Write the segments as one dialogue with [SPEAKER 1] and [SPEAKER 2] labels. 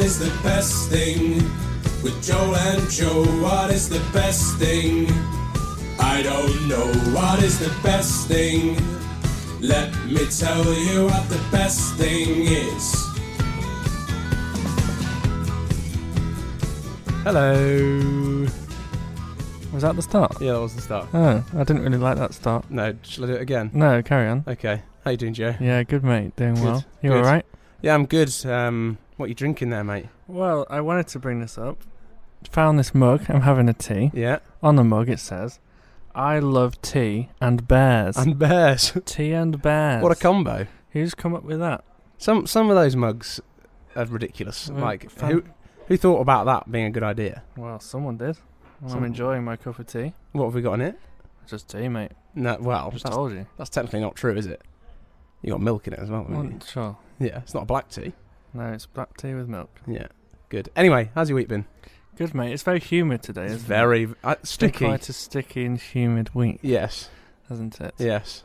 [SPEAKER 1] is the best thing? With Joel and Joe, what is the best thing? I don't know what is the best thing. Let me tell you what the best thing is.
[SPEAKER 2] Hello.
[SPEAKER 3] Was that the start?
[SPEAKER 2] Yeah, that was the start.
[SPEAKER 3] Oh, I didn't really like that start.
[SPEAKER 2] No, shall I do it again?
[SPEAKER 3] No, carry on.
[SPEAKER 2] Okay. How you doing, Joe?
[SPEAKER 3] Mm. Yeah, good mate, doing
[SPEAKER 2] Good,
[SPEAKER 3] well. You
[SPEAKER 2] good.
[SPEAKER 3] all right?
[SPEAKER 2] Yeah, I'm good. Um, what you drinking there, mate?
[SPEAKER 3] Well, I wanted to bring this up. Found this mug. I'm having a tea.
[SPEAKER 2] Yeah.
[SPEAKER 3] On the mug, it says, "I love tea and bears."
[SPEAKER 2] And bears.
[SPEAKER 3] tea and bears.
[SPEAKER 2] what a combo.
[SPEAKER 3] Who's come up with that?
[SPEAKER 2] Some some of those mugs are ridiculous.
[SPEAKER 3] Well,
[SPEAKER 2] like
[SPEAKER 3] fan-
[SPEAKER 2] who who thought about that being a good idea?
[SPEAKER 3] Well, someone did. Well, I'm
[SPEAKER 2] Someone-
[SPEAKER 3] enjoying my cup of tea.
[SPEAKER 2] What have we got in it?
[SPEAKER 3] Just tea, mate.
[SPEAKER 2] No, well,
[SPEAKER 3] Just
[SPEAKER 2] that's,
[SPEAKER 3] told you.
[SPEAKER 2] that's technically not true, is it? You got milk in it as well. haven't you?
[SPEAKER 3] Well, sure.
[SPEAKER 2] Yeah, it's not a black tea.
[SPEAKER 3] No, it's black tea with milk.
[SPEAKER 2] Yeah, good. Anyway, how's your week been?
[SPEAKER 3] Good mate. It's very humid today.
[SPEAKER 2] It's
[SPEAKER 3] isn't it?
[SPEAKER 2] very uh,
[SPEAKER 3] It's been
[SPEAKER 2] sticky.
[SPEAKER 3] Quite a sticky and humid week,
[SPEAKER 2] Yes,
[SPEAKER 3] hasn't it?
[SPEAKER 2] yes.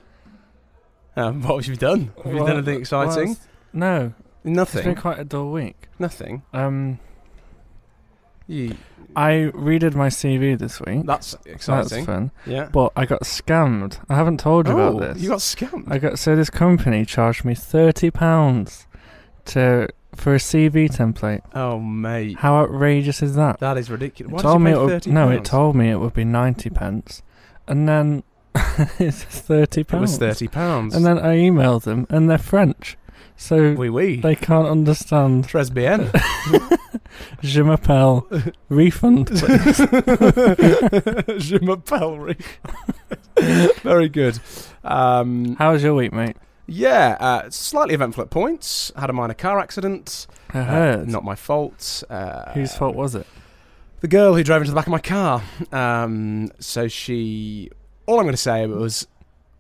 [SPEAKER 2] Um, what have you done? Have you
[SPEAKER 3] Well,
[SPEAKER 2] done anything exciting?
[SPEAKER 3] well, it's- no, it's
[SPEAKER 2] Nothing.
[SPEAKER 3] been quite a dull week.
[SPEAKER 2] Nothing.
[SPEAKER 3] Um,
[SPEAKER 2] You,
[SPEAKER 3] I redid my CV this week.
[SPEAKER 2] that's
[SPEAKER 3] That's
[SPEAKER 2] exciting.
[SPEAKER 3] fun.
[SPEAKER 2] yeah.
[SPEAKER 3] But I got scammed. I haven't told you
[SPEAKER 2] oh,
[SPEAKER 3] about this.
[SPEAKER 2] you got scammed.
[SPEAKER 3] I got so this company charged me thirty pounds to for a CV template.
[SPEAKER 2] oh, mate.
[SPEAKER 3] How outrageous is that?
[SPEAKER 2] That is ridiculous.
[SPEAKER 3] It
[SPEAKER 2] Why
[SPEAKER 3] told
[SPEAKER 2] did
[SPEAKER 3] me
[SPEAKER 2] you
[SPEAKER 3] it
[SPEAKER 2] pay
[SPEAKER 3] would,
[SPEAKER 2] thirty
[SPEAKER 3] no, it told me it would be ninety pence, and then it's thirty
[SPEAKER 2] It
[SPEAKER 3] pounds.
[SPEAKER 2] was thirty pounds.
[SPEAKER 3] And then I emailed them, and they're French, so
[SPEAKER 2] we we
[SPEAKER 3] they can't understand.
[SPEAKER 2] tres bien.
[SPEAKER 3] Je m'appelle refund.
[SPEAKER 2] Je m'appelle Rick. Very good. Um,
[SPEAKER 3] How was your week, mate?
[SPEAKER 2] yeah, uh, slightly eventful at points. Had a minor car accident.
[SPEAKER 3] I
[SPEAKER 2] Uh,
[SPEAKER 3] heard.
[SPEAKER 2] not my fault. Uh,
[SPEAKER 3] Whose fault was it?
[SPEAKER 2] The girl who drove into the back of my car. Um, so she. All I'm going to say was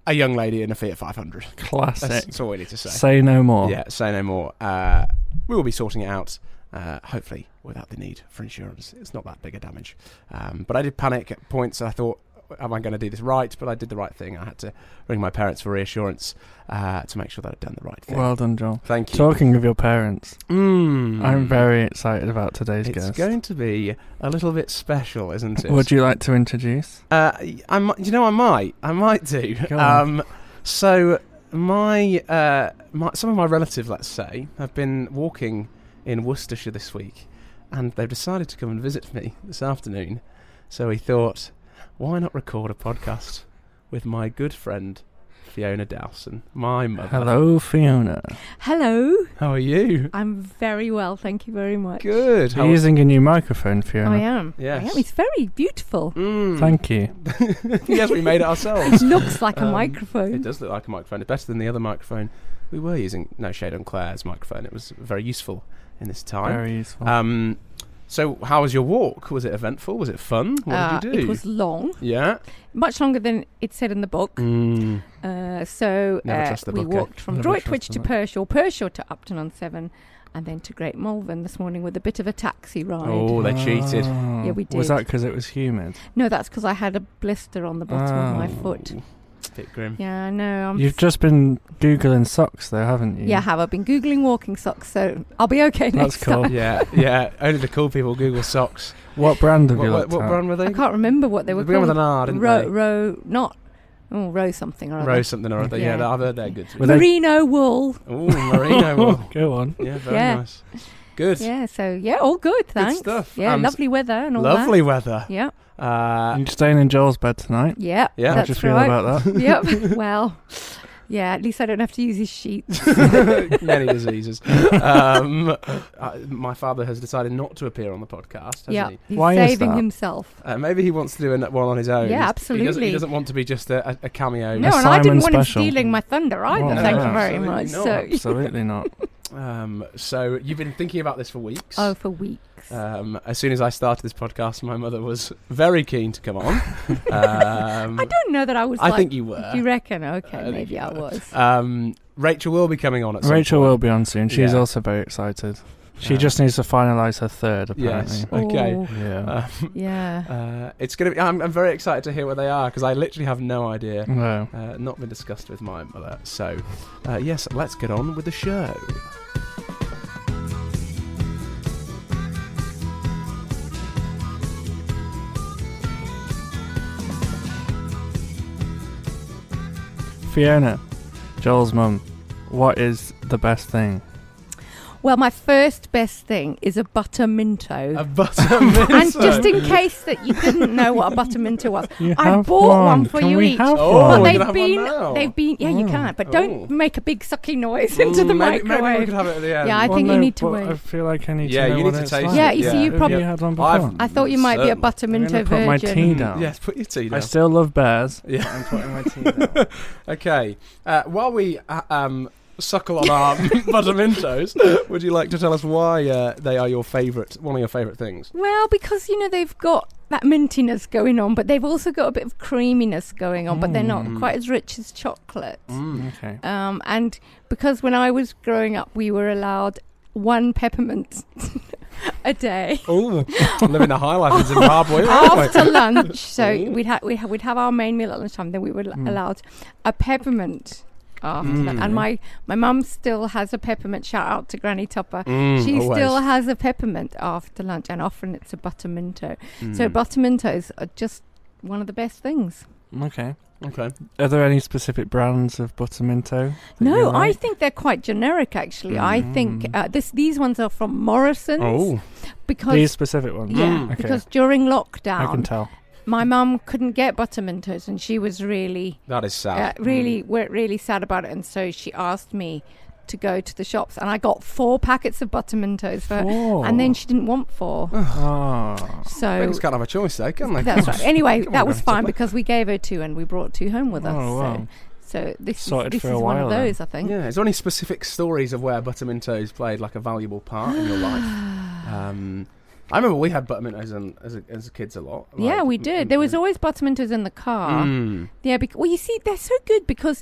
[SPEAKER 2] a young lady in a Fiat 500.
[SPEAKER 3] Classic.
[SPEAKER 2] That's, that's all we need to say.
[SPEAKER 3] Say no more.
[SPEAKER 2] Yeah, say no more. Uh, we will be sorting it out, uh, hopefully, without the need for insurance. It's not that big a damage. Um, but I did panic at points. I thought, am I going to do this right? But I did the right thing. I had to ring my parents for reassurance uh, to make sure that I'd done the right thing.
[SPEAKER 3] Well done, Joel.
[SPEAKER 2] Thank you.
[SPEAKER 3] Talking of your parents,
[SPEAKER 2] Mm.
[SPEAKER 3] I'm very excited about today's
[SPEAKER 2] It's
[SPEAKER 3] guest.
[SPEAKER 2] going to be a little bit special, isn't it?
[SPEAKER 3] Would you like to introduce?
[SPEAKER 2] Uh, I mi- you know, I might, I might do.
[SPEAKER 3] Go on.
[SPEAKER 2] Um, so my, uh, my, some of my relatives, let's say, have been walking in Worcestershire this week, and they've decided to come and visit me this afternoon. So we thought, why not record a podcast with my good friend Fiona Dowson, my mother.
[SPEAKER 3] Hello, Fiona.
[SPEAKER 4] Hello,
[SPEAKER 2] How are you?
[SPEAKER 4] I'm very well, thank you very much.
[SPEAKER 2] Good.
[SPEAKER 3] You're
[SPEAKER 2] How
[SPEAKER 3] using a new microphone, Fiona.
[SPEAKER 4] I am.
[SPEAKER 2] Yes.
[SPEAKER 4] I am. It's very beautiful.
[SPEAKER 2] Mm.
[SPEAKER 3] Thank you.
[SPEAKER 2] yes, we made it ourselves.
[SPEAKER 4] It looks like
[SPEAKER 2] Um,
[SPEAKER 4] a
[SPEAKER 2] It
[SPEAKER 4] microphone.
[SPEAKER 2] does look like a microphone. It's better than the other microphone we were using. No shade on Claire's microphone. It was very useful in this time.
[SPEAKER 3] Very useful.
[SPEAKER 2] Um, so, how was your walk? Was it eventful? Was it fun? What
[SPEAKER 4] Uh,
[SPEAKER 2] did you do?
[SPEAKER 4] It was long,
[SPEAKER 2] yeah.
[SPEAKER 4] much longer than it said in the book.
[SPEAKER 2] Mm.
[SPEAKER 4] Uh, so
[SPEAKER 2] Never
[SPEAKER 4] uh,
[SPEAKER 2] trust the
[SPEAKER 4] we
[SPEAKER 2] book, eh?
[SPEAKER 4] walked from
[SPEAKER 3] Never
[SPEAKER 4] Droitwich
[SPEAKER 3] trust
[SPEAKER 4] to
[SPEAKER 3] the book.
[SPEAKER 4] Pershaw, Pershaw to Upton on Seven, and then to Great Malvern this morning with a bit of a taxi ride.
[SPEAKER 2] Oh, they cheated.
[SPEAKER 3] Oh.
[SPEAKER 4] Yeah, we
[SPEAKER 3] Was
[SPEAKER 4] did.
[SPEAKER 3] that because it was humid?
[SPEAKER 4] No, that's because I had a blister on the bottom of my
[SPEAKER 3] Oh.
[SPEAKER 4] foot.
[SPEAKER 2] Bit grim.
[SPEAKER 4] Yeah, I know. I'm
[SPEAKER 3] You've just been googling socks, though, haven't you?
[SPEAKER 4] yeah, I have. I've been Googling walking socks, so I'll be okay
[SPEAKER 3] That's
[SPEAKER 4] next time.
[SPEAKER 3] cool.
[SPEAKER 2] yeah, yeah. Only the cool people Google socks.
[SPEAKER 3] What brand have
[SPEAKER 2] what
[SPEAKER 3] you
[SPEAKER 2] what,
[SPEAKER 3] looked
[SPEAKER 2] what
[SPEAKER 3] at?
[SPEAKER 2] brand were they?
[SPEAKER 4] I can't remember what they were
[SPEAKER 2] began
[SPEAKER 4] called.
[SPEAKER 2] with an R, didn't
[SPEAKER 4] row,
[SPEAKER 2] they?
[SPEAKER 4] row, not oh, row something or other.
[SPEAKER 2] Row something or other. Yeah,
[SPEAKER 4] Yeah.
[SPEAKER 2] that- I've heard they're good.
[SPEAKER 3] Were they-
[SPEAKER 4] Merino wool.
[SPEAKER 2] Oh, merino. wool.
[SPEAKER 3] Go on.
[SPEAKER 2] Yeah, very
[SPEAKER 4] Yeah.
[SPEAKER 2] nice. Good.
[SPEAKER 4] Yeah, so yeah, all good. Thanks.
[SPEAKER 2] stuff.
[SPEAKER 4] Yeah,
[SPEAKER 2] And
[SPEAKER 4] lovely weather and all
[SPEAKER 2] Lovely weather.
[SPEAKER 4] that. Yeah,
[SPEAKER 2] Uh,
[SPEAKER 3] You're staying in Joel's bed tonight.
[SPEAKER 4] yeah,
[SPEAKER 2] Yeah.
[SPEAKER 3] How
[SPEAKER 4] That's
[SPEAKER 3] do you feel
[SPEAKER 4] right.
[SPEAKER 3] about that?
[SPEAKER 4] yep. Well, yeah. At least I don't have to use his sheets.
[SPEAKER 2] many diseases. Um, uh, my father has decided not to appear on the podcast, hasn't
[SPEAKER 4] yeah,
[SPEAKER 2] he?
[SPEAKER 4] he's
[SPEAKER 3] Why is
[SPEAKER 4] saving
[SPEAKER 3] that?
[SPEAKER 4] himself.
[SPEAKER 2] Uh, maybe he wants to do an- one on his own. He's-
[SPEAKER 4] Yeah,
[SPEAKER 2] He doesn't, he
[SPEAKER 4] absolutely.
[SPEAKER 2] doesn't want to be just a, a, a cameo.
[SPEAKER 4] No, and I
[SPEAKER 3] Simon
[SPEAKER 4] didn't want
[SPEAKER 3] special.
[SPEAKER 4] him stealing my thunder either.
[SPEAKER 3] Well,
[SPEAKER 4] thank
[SPEAKER 3] no,
[SPEAKER 4] you very much.
[SPEAKER 2] absolutely
[SPEAKER 4] So,
[SPEAKER 3] Absolutely not.
[SPEAKER 2] Um, so you've been thinking about this for weeks.
[SPEAKER 4] oh, for weeks.
[SPEAKER 2] Um, as soon as I started this podcast, my mother was very keen to come on. um,
[SPEAKER 4] I don't know that I was.
[SPEAKER 2] I
[SPEAKER 4] like,
[SPEAKER 2] think you were.
[SPEAKER 4] Do you reckon? Okay,
[SPEAKER 2] I think
[SPEAKER 4] maybe
[SPEAKER 2] you
[SPEAKER 4] I
[SPEAKER 2] were.
[SPEAKER 4] was.
[SPEAKER 2] um, Rachel will be coming on at some
[SPEAKER 3] Rachel
[SPEAKER 2] point.
[SPEAKER 3] will be on soon. She's
[SPEAKER 2] Yeah.
[SPEAKER 3] also very excited. She
[SPEAKER 2] Um,
[SPEAKER 3] just needs to finalise her third, apparently.
[SPEAKER 2] Yes. Okay.
[SPEAKER 4] Oh,
[SPEAKER 3] Yeah.
[SPEAKER 2] Um,
[SPEAKER 4] yeah.
[SPEAKER 2] uh, it's gonna be. I'm, I'm very excited to hear where they are because I literally have no idea.
[SPEAKER 3] no.
[SPEAKER 2] uh, not been discussed with my mother. So, uh, yes, let's get on with the show.
[SPEAKER 3] Fiona, Joel's mum, what is the best thing?
[SPEAKER 4] Well, my first best thing is a butter minto.
[SPEAKER 2] A butter mince.
[SPEAKER 4] and just in case that you didn't know what a butter minto was,
[SPEAKER 3] You
[SPEAKER 4] I bought one for
[SPEAKER 3] Can
[SPEAKER 4] you
[SPEAKER 3] we
[SPEAKER 4] each.
[SPEAKER 3] Have
[SPEAKER 2] Oh,
[SPEAKER 4] but
[SPEAKER 2] we're gonna
[SPEAKER 3] one?
[SPEAKER 4] they've
[SPEAKER 2] have one
[SPEAKER 4] been,
[SPEAKER 2] now.
[SPEAKER 4] they've been, yeah, you
[SPEAKER 3] Mm.
[SPEAKER 4] can't. But don't
[SPEAKER 2] Oh.
[SPEAKER 4] make a big sucky noise into the
[SPEAKER 2] Mm, maybe, Maybe we
[SPEAKER 4] microwave.
[SPEAKER 2] could have it at the end.
[SPEAKER 4] Yeah, I
[SPEAKER 3] Well,
[SPEAKER 4] think you
[SPEAKER 3] no,
[SPEAKER 4] need to
[SPEAKER 3] but
[SPEAKER 4] wait.
[SPEAKER 3] I feel like I need
[SPEAKER 2] Yeah,
[SPEAKER 3] to know
[SPEAKER 2] you
[SPEAKER 3] what
[SPEAKER 2] need to
[SPEAKER 3] it's
[SPEAKER 2] taste
[SPEAKER 3] like.
[SPEAKER 4] it, Yeah, you see, yeah. you
[SPEAKER 3] Have
[SPEAKER 4] probably-
[SPEAKER 3] had one
[SPEAKER 2] I've-
[SPEAKER 3] before?
[SPEAKER 4] I thought you might be a
[SPEAKER 2] Certainly.
[SPEAKER 4] butter
[SPEAKER 3] I'm
[SPEAKER 4] minto
[SPEAKER 3] gonna put my
[SPEAKER 4] virgin.
[SPEAKER 3] tea down.
[SPEAKER 2] Mm. Yes, put your tea down.
[SPEAKER 3] I still love bears.
[SPEAKER 2] Yeah.
[SPEAKER 3] I'm putting my tea down.
[SPEAKER 2] Okay. Uh, while we uh, um, suckle on our buttermintos, would you like to tell us why uh, they are your favourite, one of your favourite things?
[SPEAKER 4] Well, because you know they've got that mintiness going on, but they've also got a bit of creaminess going on, but they're not
[SPEAKER 2] Mm.
[SPEAKER 4] quite as rich as chocolate.
[SPEAKER 3] Okay.
[SPEAKER 4] Um, and because when I was growing up, we were allowed one peppermint a day
[SPEAKER 2] Ooh, living a high life in Zimbabwe. aren't we?
[SPEAKER 4] after lunch. So
[SPEAKER 2] Ooh.
[SPEAKER 4] we'd ha- we ha- we'd have our main meal at lunchtime. Then we were l-
[SPEAKER 3] Mm.
[SPEAKER 4] allowed a peppermint after that.
[SPEAKER 2] Mm.
[SPEAKER 4] And my my mum still has a peppermint. Shout out to Granny Topper.
[SPEAKER 2] Mm,
[SPEAKER 4] She
[SPEAKER 2] always.
[SPEAKER 4] still has a peppermint after lunch, and often it's a butterminto. So
[SPEAKER 2] Mm.
[SPEAKER 4] buttermintos are just one of the best things.
[SPEAKER 3] Okay.
[SPEAKER 2] Okay.
[SPEAKER 3] Are there any specific brands of butterminto? that you
[SPEAKER 4] No, I
[SPEAKER 3] like?
[SPEAKER 4] think they're quite generic. Actually, I think
[SPEAKER 3] Mm.
[SPEAKER 4] uh, this these ones are from Morrison's
[SPEAKER 2] Oh.
[SPEAKER 4] because
[SPEAKER 3] these specific ones.
[SPEAKER 4] yeah,
[SPEAKER 2] Mm. Okay.
[SPEAKER 4] because
[SPEAKER 3] I
[SPEAKER 4] during
[SPEAKER 3] can
[SPEAKER 4] lockdown,
[SPEAKER 3] tell.
[SPEAKER 4] my mum couldn't get buttermintos, and she was really,
[SPEAKER 2] That is
[SPEAKER 4] uh,
[SPEAKER 2] sad.
[SPEAKER 3] Mm.
[SPEAKER 4] really, were really sad about it. And so she asked me to go to the shops, and I got four packets of buttermintos for her,
[SPEAKER 3] Four.
[SPEAKER 4] and then she didn't want four,
[SPEAKER 3] Oh.
[SPEAKER 4] so.
[SPEAKER 2] Things can't have a choice, though, can they?
[SPEAKER 4] That's right. Anyway,
[SPEAKER 2] Come on,
[SPEAKER 4] that was
[SPEAKER 2] Granny
[SPEAKER 4] fine
[SPEAKER 2] Tupper.
[SPEAKER 4] because we gave her two and we brought two home with us.
[SPEAKER 3] Oh, wow.
[SPEAKER 4] So, so this
[SPEAKER 3] Sorted
[SPEAKER 4] is, this
[SPEAKER 3] for a
[SPEAKER 4] is one
[SPEAKER 3] while
[SPEAKER 4] of
[SPEAKER 3] then.
[SPEAKER 4] those, I think.
[SPEAKER 2] Yeah, is there any specific stories of where Butterminto's played like a valuable part in your life? Um, I remember we had Butterminto's in, as, a, as kids a lot. like,
[SPEAKER 4] yeah, we
[SPEAKER 2] mm,
[SPEAKER 4] did. There was
[SPEAKER 2] mm,
[SPEAKER 4] always buttermintos in the car.
[SPEAKER 2] mm.
[SPEAKER 4] Yeah, bec- well, you see, they're so good because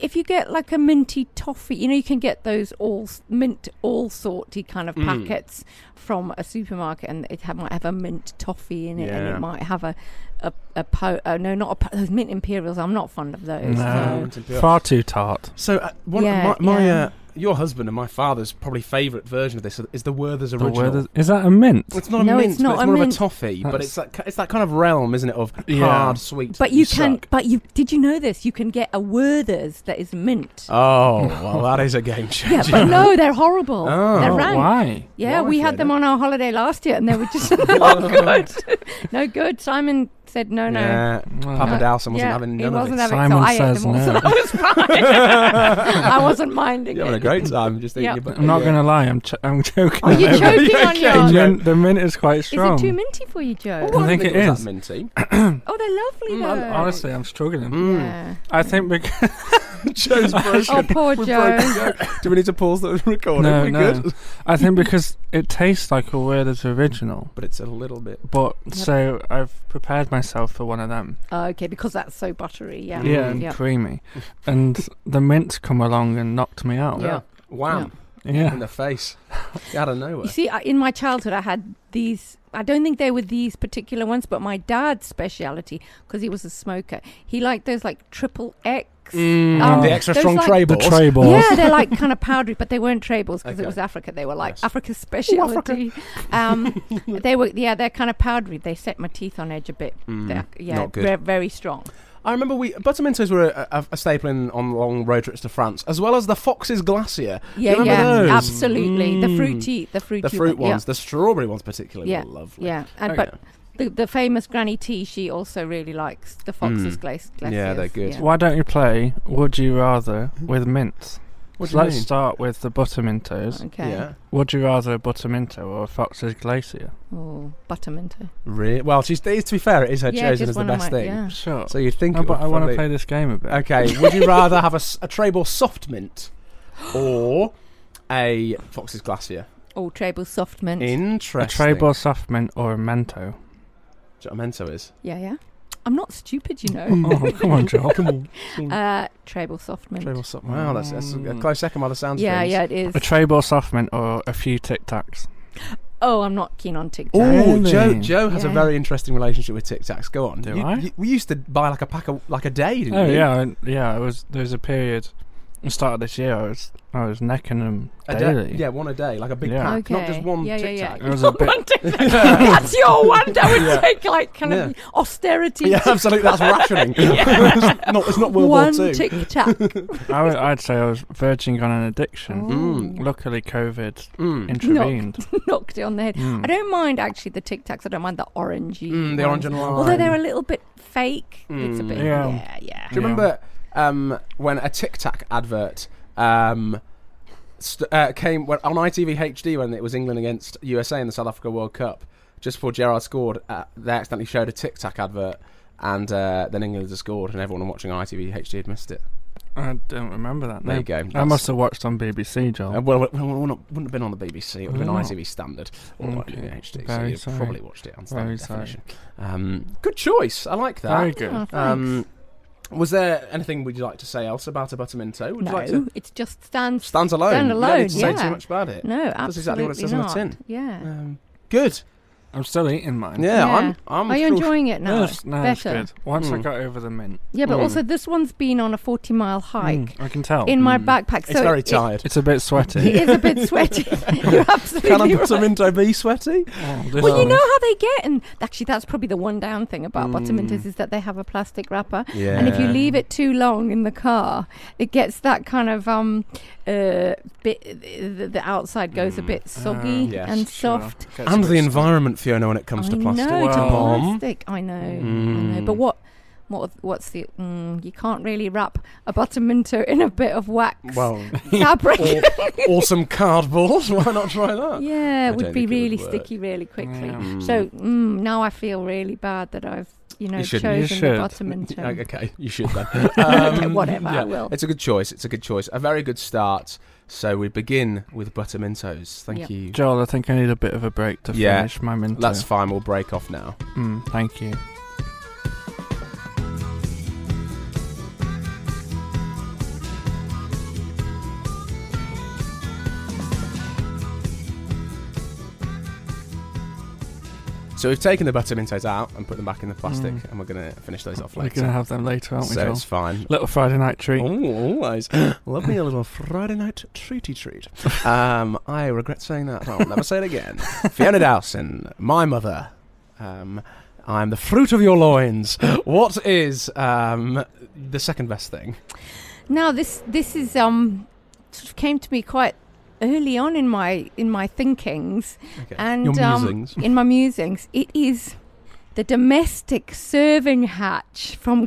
[SPEAKER 4] if you get like a minty toffee, you know, you can get those all s- mint all sorty kind of
[SPEAKER 2] Mm.
[SPEAKER 4] packets from a supermarket, and it ha- might have a mint toffee in it, and
[SPEAKER 2] Yeah.
[SPEAKER 4] it might have a a, a po- uh, no, not a po- those mint imperials. I'm not fond of
[SPEAKER 2] Uh,
[SPEAKER 4] those.
[SPEAKER 3] No.
[SPEAKER 2] Mint and pure.
[SPEAKER 3] Uh, Far too tart.
[SPEAKER 2] So, uh, one,
[SPEAKER 4] Yeah,
[SPEAKER 2] my, my
[SPEAKER 4] yeah.
[SPEAKER 2] Uh, your husband and my father's probably favourite version of this is the Werther's
[SPEAKER 3] The
[SPEAKER 2] original.
[SPEAKER 3] weather- is that a mint?
[SPEAKER 2] It's not a
[SPEAKER 4] No,
[SPEAKER 2] mint,
[SPEAKER 4] it's not
[SPEAKER 2] but it's
[SPEAKER 4] a
[SPEAKER 2] more
[SPEAKER 4] mint.
[SPEAKER 2] of a toffee. But
[SPEAKER 3] That's-
[SPEAKER 2] it's that, ki- it's that kind of realm, isn't it, of
[SPEAKER 3] Yeah.
[SPEAKER 2] hard, sweet.
[SPEAKER 4] But you can.
[SPEAKER 2] suck.
[SPEAKER 4] But you did you know this? You can get a Werther's that is mint.
[SPEAKER 2] Oh, well, that is a game
[SPEAKER 4] yeah,
[SPEAKER 2] changer.
[SPEAKER 4] but no, they're horrible.
[SPEAKER 2] Oh.
[SPEAKER 4] they're
[SPEAKER 3] Oh,
[SPEAKER 4] rank.
[SPEAKER 3] why?
[SPEAKER 4] Yeah,
[SPEAKER 2] Why,
[SPEAKER 4] we
[SPEAKER 2] Fiona?
[SPEAKER 4] had them on our holiday last year, and they were just not good. no good. Simon said no, no.
[SPEAKER 2] Yeah, Papa
[SPEAKER 3] Well,
[SPEAKER 2] Dowson wasn't
[SPEAKER 4] Yeah,
[SPEAKER 2] having
[SPEAKER 4] he
[SPEAKER 2] none
[SPEAKER 4] wasn't
[SPEAKER 2] of it.
[SPEAKER 4] having
[SPEAKER 3] Simon
[SPEAKER 4] so I ate
[SPEAKER 3] says
[SPEAKER 4] them all, so
[SPEAKER 3] no.
[SPEAKER 4] that was fine. I wasn't minding
[SPEAKER 2] You're having
[SPEAKER 4] it.
[SPEAKER 2] a great time. Just eating
[SPEAKER 4] Yeah.
[SPEAKER 2] your butt-
[SPEAKER 3] I'm not
[SPEAKER 2] yeah.
[SPEAKER 3] going to lie. I'm, ch- I'm joking.
[SPEAKER 4] Are you
[SPEAKER 3] over.
[SPEAKER 4] choking on
[SPEAKER 2] Okay,
[SPEAKER 4] yours?
[SPEAKER 3] The
[SPEAKER 2] Joe.
[SPEAKER 3] mint, the mint is quite strong.
[SPEAKER 4] Oh, Is it too minty for you, Joe?
[SPEAKER 2] Oh,
[SPEAKER 3] I think it
[SPEAKER 2] was
[SPEAKER 3] is.
[SPEAKER 2] that minty.
[SPEAKER 4] Oh, they're lovely
[SPEAKER 2] Mm, I'm-
[SPEAKER 4] though.
[SPEAKER 3] Honestly, I'm struggling.
[SPEAKER 2] Mm.
[SPEAKER 4] Yeah.
[SPEAKER 3] I think because
[SPEAKER 2] Joe's
[SPEAKER 4] Oh,
[SPEAKER 2] broken.
[SPEAKER 4] poor
[SPEAKER 2] We're
[SPEAKER 4] Joe.
[SPEAKER 2] broken, Joe. Do we need to pause the recording?
[SPEAKER 3] No,
[SPEAKER 2] We're
[SPEAKER 3] no.
[SPEAKER 2] good.
[SPEAKER 3] I think because it tastes like a Werther's original.
[SPEAKER 2] But it's a little bit.
[SPEAKER 3] But so I've prepared myself for one of them.
[SPEAKER 4] Oh, okay, because that's so buttery. Yeah.
[SPEAKER 2] Mm. Yeah.
[SPEAKER 3] and
[SPEAKER 4] Yeah.
[SPEAKER 3] creamy, and the mints come along and knocked me out.
[SPEAKER 4] Yeah.
[SPEAKER 2] Wham! In
[SPEAKER 3] yeah.
[SPEAKER 2] the face. Out of nowhere.
[SPEAKER 4] You see, I, in my childhood, I had these. I don't think they were these particular ones, but my dad's speciality, because he was a smoker, he liked those like triple X.
[SPEAKER 2] Mm.
[SPEAKER 4] Um,
[SPEAKER 2] the extra
[SPEAKER 4] those
[SPEAKER 2] strong
[SPEAKER 4] like-
[SPEAKER 2] tray
[SPEAKER 3] The
[SPEAKER 2] balls.
[SPEAKER 3] tray balls.
[SPEAKER 4] Yeah, they're like kind of powdery, but they weren't tray balls because
[SPEAKER 2] Okay.
[SPEAKER 4] it was Africa. They were like
[SPEAKER 2] Yes.
[SPEAKER 4] Africa's speciality. Um, they were, yeah, they're kind of powdery. They set my teeth on edge a bit.
[SPEAKER 2] Mm,
[SPEAKER 4] They're- yeah,
[SPEAKER 2] not good.
[SPEAKER 4] ve- very strong.
[SPEAKER 2] I remember we buttermintos were a, a, a staple in on long road trips to France, as well as the Fox's Glacier,
[SPEAKER 4] Yeah,
[SPEAKER 2] remember
[SPEAKER 4] yeah,
[SPEAKER 2] those?
[SPEAKER 4] absolutely.
[SPEAKER 2] Mm.
[SPEAKER 4] The fruity, the fruity,
[SPEAKER 2] the fruit
[SPEAKER 4] one, yeah.
[SPEAKER 2] ones, Oh, the strawberry ones particularly
[SPEAKER 4] Yeah,
[SPEAKER 2] were lovely.
[SPEAKER 4] Yeah, and
[SPEAKER 2] Okay.
[SPEAKER 4] but the, the famous Granny T, she also really likes the Fox's
[SPEAKER 2] Mm.
[SPEAKER 4] glaze.
[SPEAKER 2] Yeah, they're good.
[SPEAKER 3] Why don't you play Would You Rather with mints?
[SPEAKER 2] What do
[SPEAKER 3] So
[SPEAKER 2] you
[SPEAKER 3] let's
[SPEAKER 2] mean?
[SPEAKER 3] start with the buttermintos.
[SPEAKER 4] Okay.
[SPEAKER 2] Yeah.
[SPEAKER 3] Would you rather a butterminto or a Fox's Glacier?
[SPEAKER 4] Oh, butterminto.
[SPEAKER 2] Re- well, she's, to be fair, it is her
[SPEAKER 4] Yeah,
[SPEAKER 2] chosen
[SPEAKER 4] just
[SPEAKER 2] as the
[SPEAKER 4] one of
[SPEAKER 2] best
[SPEAKER 4] my-
[SPEAKER 2] thing.
[SPEAKER 4] yeah.
[SPEAKER 3] Sure.
[SPEAKER 2] So you'd think.
[SPEAKER 3] No,
[SPEAKER 2] it
[SPEAKER 3] but
[SPEAKER 2] would
[SPEAKER 3] I want to
[SPEAKER 2] probably-
[SPEAKER 3] play this game a bit.
[SPEAKER 2] Okay. Would you rather have a, s- a tray ball soft mint or a Fox's Glacier?
[SPEAKER 4] Oh, treble soft mint.
[SPEAKER 3] A
[SPEAKER 2] Interesting.
[SPEAKER 3] tray ball soft mint or a mento?
[SPEAKER 2] Do you know what a mento is?
[SPEAKER 4] Yeah, yeah. I'm not stupid, you know.
[SPEAKER 3] oh, come on, Joel.
[SPEAKER 4] uh, treble soft mint.
[SPEAKER 2] Tray ball soft. Wow, that's, that's a
[SPEAKER 3] Mm.
[SPEAKER 2] close second by the sounds. of
[SPEAKER 4] yeah,
[SPEAKER 2] things.
[SPEAKER 4] yeah, it is.
[SPEAKER 3] A tray ball soft mint or a few Tic Tacs?
[SPEAKER 4] oh, I'm not keen on TikTok.
[SPEAKER 2] Oh,
[SPEAKER 3] Really?
[SPEAKER 2] Joe, Joe has a
[SPEAKER 4] Yeah.
[SPEAKER 2] very interesting relationship with Tic Tacs. Go on.
[SPEAKER 3] Do
[SPEAKER 2] you,
[SPEAKER 3] I?
[SPEAKER 2] you- we used to buy like a pack of like a day, didn't
[SPEAKER 3] Oh
[SPEAKER 2] you?
[SPEAKER 3] yeah, I- yeah. It was there was a period the start of this year, I was I was necking them
[SPEAKER 2] A day-
[SPEAKER 3] daily.
[SPEAKER 2] yeah, one a day, like a big
[SPEAKER 3] Yeah.
[SPEAKER 2] pack,
[SPEAKER 4] Okay.
[SPEAKER 2] not just one
[SPEAKER 4] yeah,
[SPEAKER 2] Tic
[SPEAKER 4] yeah,
[SPEAKER 2] Tac.
[SPEAKER 3] It
[SPEAKER 4] yeah.
[SPEAKER 3] was a bit-
[SPEAKER 4] One Tic Tac. That's your one. That would
[SPEAKER 2] Yeah.
[SPEAKER 4] take like kind of austerity.
[SPEAKER 2] Yeah, absolutely. That's rationing. it's, not, it's not World
[SPEAKER 4] one
[SPEAKER 2] War Two.
[SPEAKER 4] Tic Tac.
[SPEAKER 3] I would, I'd say I was verging on an addiction.
[SPEAKER 2] Mm.
[SPEAKER 3] Luckily, COVID
[SPEAKER 2] Mm.
[SPEAKER 3] intervened.
[SPEAKER 4] knocked it on the head.
[SPEAKER 3] Mm.
[SPEAKER 4] I don't mind actually the Tic Tacs. I don't mind the orangey.
[SPEAKER 2] Mm, Hmm. the
[SPEAKER 4] ones.
[SPEAKER 2] orange and lime.
[SPEAKER 4] Although they're a little bit fake. It's a
[SPEAKER 2] Mm.
[SPEAKER 4] bit.
[SPEAKER 3] Yeah.
[SPEAKER 4] Yeah, yeah.
[SPEAKER 2] Do you
[SPEAKER 3] Yeah.
[SPEAKER 2] remember um, when a Tic Tac advert um, st- uh, came when, on ITV HD when it was England against USA in the South Africa World Cup? Just before Gerard scored, uh, they accidentally showed a Tic Tac advert, and uh, then England had scored, and everyone watching ITV HD had missed it.
[SPEAKER 3] I don't remember that.
[SPEAKER 2] There
[SPEAKER 3] No.
[SPEAKER 2] you go.
[SPEAKER 3] I
[SPEAKER 2] That's-
[SPEAKER 3] must have watched on BBC, Joel.
[SPEAKER 2] Uh, well, well, well, well, not, wouldn't have been on the BBC. It would have been
[SPEAKER 3] Well, not.
[SPEAKER 2] ITV standard or
[SPEAKER 3] Oh. Okay.
[SPEAKER 2] ITV HD. so
[SPEAKER 3] Very
[SPEAKER 2] you
[SPEAKER 3] sorry.
[SPEAKER 2] probably watched it on standard
[SPEAKER 3] Very
[SPEAKER 2] definition. Um, good choice. I like that.
[SPEAKER 3] Very good.
[SPEAKER 4] Oh, thanks.
[SPEAKER 2] Um, was there anything would you like to say else about a butterminto? Would
[SPEAKER 4] no,
[SPEAKER 2] you like to
[SPEAKER 4] it's just stands.
[SPEAKER 2] stands alone?
[SPEAKER 4] Stand
[SPEAKER 2] You don't need to
[SPEAKER 4] alone,
[SPEAKER 2] say
[SPEAKER 4] yeah.
[SPEAKER 2] too much about it.
[SPEAKER 4] No, absolutely
[SPEAKER 2] That's exactly what it says on the
[SPEAKER 4] not.
[SPEAKER 2] tin.
[SPEAKER 4] Yeah.
[SPEAKER 2] Um, good.
[SPEAKER 3] I'm still eating mine.
[SPEAKER 2] Yeah,
[SPEAKER 4] Yeah.
[SPEAKER 2] I'm. I'm
[SPEAKER 4] Are you
[SPEAKER 2] still-
[SPEAKER 4] enjoying it now?
[SPEAKER 3] No, it's, no, it's
[SPEAKER 4] Better.
[SPEAKER 3] good. Once I
[SPEAKER 2] Mm.
[SPEAKER 3] got over the mint,
[SPEAKER 4] Yeah, but
[SPEAKER 2] Mm.
[SPEAKER 4] also this one's been on a forty-mile
[SPEAKER 2] Hmm.
[SPEAKER 4] hike
[SPEAKER 3] Mm, I can tell.
[SPEAKER 4] in my
[SPEAKER 2] Mm.
[SPEAKER 4] backpack. So
[SPEAKER 2] It's very
[SPEAKER 4] it-
[SPEAKER 2] tired.
[SPEAKER 3] it's a bit
[SPEAKER 4] It
[SPEAKER 3] sweaty.
[SPEAKER 4] is a bit sweaty. You're absolutely
[SPEAKER 2] Can a
[SPEAKER 4] right.
[SPEAKER 2] butterminto be sweaty?
[SPEAKER 3] Oh, this
[SPEAKER 4] Well, you
[SPEAKER 3] one
[SPEAKER 4] know
[SPEAKER 3] is-
[SPEAKER 4] how they get, and actually, that's probably the one down thing about
[SPEAKER 2] Mm.
[SPEAKER 4] buttermintos is that they have a plastic wrapper,
[SPEAKER 2] Yeah.
[SPEAKER 4] and if you leave it too long in the car, it gets that kind of um, uh, bit. The, the outside goes a
[SPEAKER 2] Mm.
[SPEAKER 4] bit soggy
[SPEAKER 3] Ah,
[SPEAKER 2] yes,
[SPEAKER 4] and
[SPEAKER 3] sure.
[SPEAKER 4] soft.
[SPEAKER 3] Gets a
[SPEAKER 2] and
[SPEAKER 3] bit
[SPEAKER 2] the
[SPEAKER 3] sweaty.
[SPEAKER 2] environment, Fiona, when it comes
[SPEAKER 4] I
[SPEAKER 2] to plastic.
[SPEAKER 4] know, to
[SPEAKER 3] Wow.
[SPEAKER 4] plastic. I know, I know. But
[SPEAKER 2] Mm.
[SPEAKER 4] what? What, what's the mm, you can't really wrap a butterminto in a bit of wax
[SPEAKER 2] Well,
[SPEAKER 4] fabric
[SPEAKER 2] or, or some cardboard. Why not try that?
[SPEAKER 4] yeah
[SPEAKER 2] I
[SPEAKER 4] it
[SPEAKER 2] don't
[SPEAKER 4] would be
[SPEAKER 2] think it would
[SPEAKER 4] really
[SPEAKER 2] work.
[SPEAKER 4] sticky really quickly
[SPEAKER 3] Yeah.
[SPEAKER 2] Mm.
[SPEAKER 4] So mm, now I feel really bad that I've, you know,
[SPEAKER 2] You shouldn't.
[SPEAKER 4] chosen
[SPEAKER 3] You
[SPEAKER 4] the
[SPEAKER 3] should.
[SPEAKER 4] bottom and
[SPEAKER 2] Yeah,
[SPEAKER 4] toe.
[SPEAKER 2] Okay, you should then. Um,
[SPEAKER 4] Whatever,
[SPEAKER 2] yeah.
[SPEAKER 4] I will.
[SPEAKER 2] It's a good choice. It's a good choice. A very good start. So we begin with Buttermintos. Thank
[SPEAKER 4] Yep.
[SPEAKER 2] you.
[SPEAKER 3] Joel, I think I need a bit of a break to
[SPEAKER 2] Yeah,
[SPEAKER 3] finish my mint.
[SPEAKER 2] That's fine. We'll break off now.
[SPEAKER 3] mm, thank you.
[SPEAKER 2] So we've taken the Buttermintos out and put them back in the plastic,
[SPEAKER 3] Mm.
[SPEAKER 2] and we're going to finish those off
[SPEAKER 3] We're gonna
[SPEAKER 2] later.
[SPEAKER 3] have them later, aren't we,
[SPEAKER 2] So
[SPEAKER 3] Joel?
[SPEAKER 2] it's fine.
[SPEAKER 3] Little Friday night treat.
[SPEAKER 2] Oh, always. Love me a little Friday night treaty treat. Um, I regret saying that. I'll never say it again. Fiona Dowson, my mother. Um, I'm the fruit of your loins. What is um, the second best thing?
[SPEAKER 4] Now this this is um sort of came to me quite early on in my in my thinkings,
[SPEAKER 2] Okay.
[SPEAKER 4] And,
[SPEAKER 2] your
[SPEAKER 4] um,
[SPEAKER 2] musings.
[SPEAKER 4] in my musings. It is the domestic serving hatch from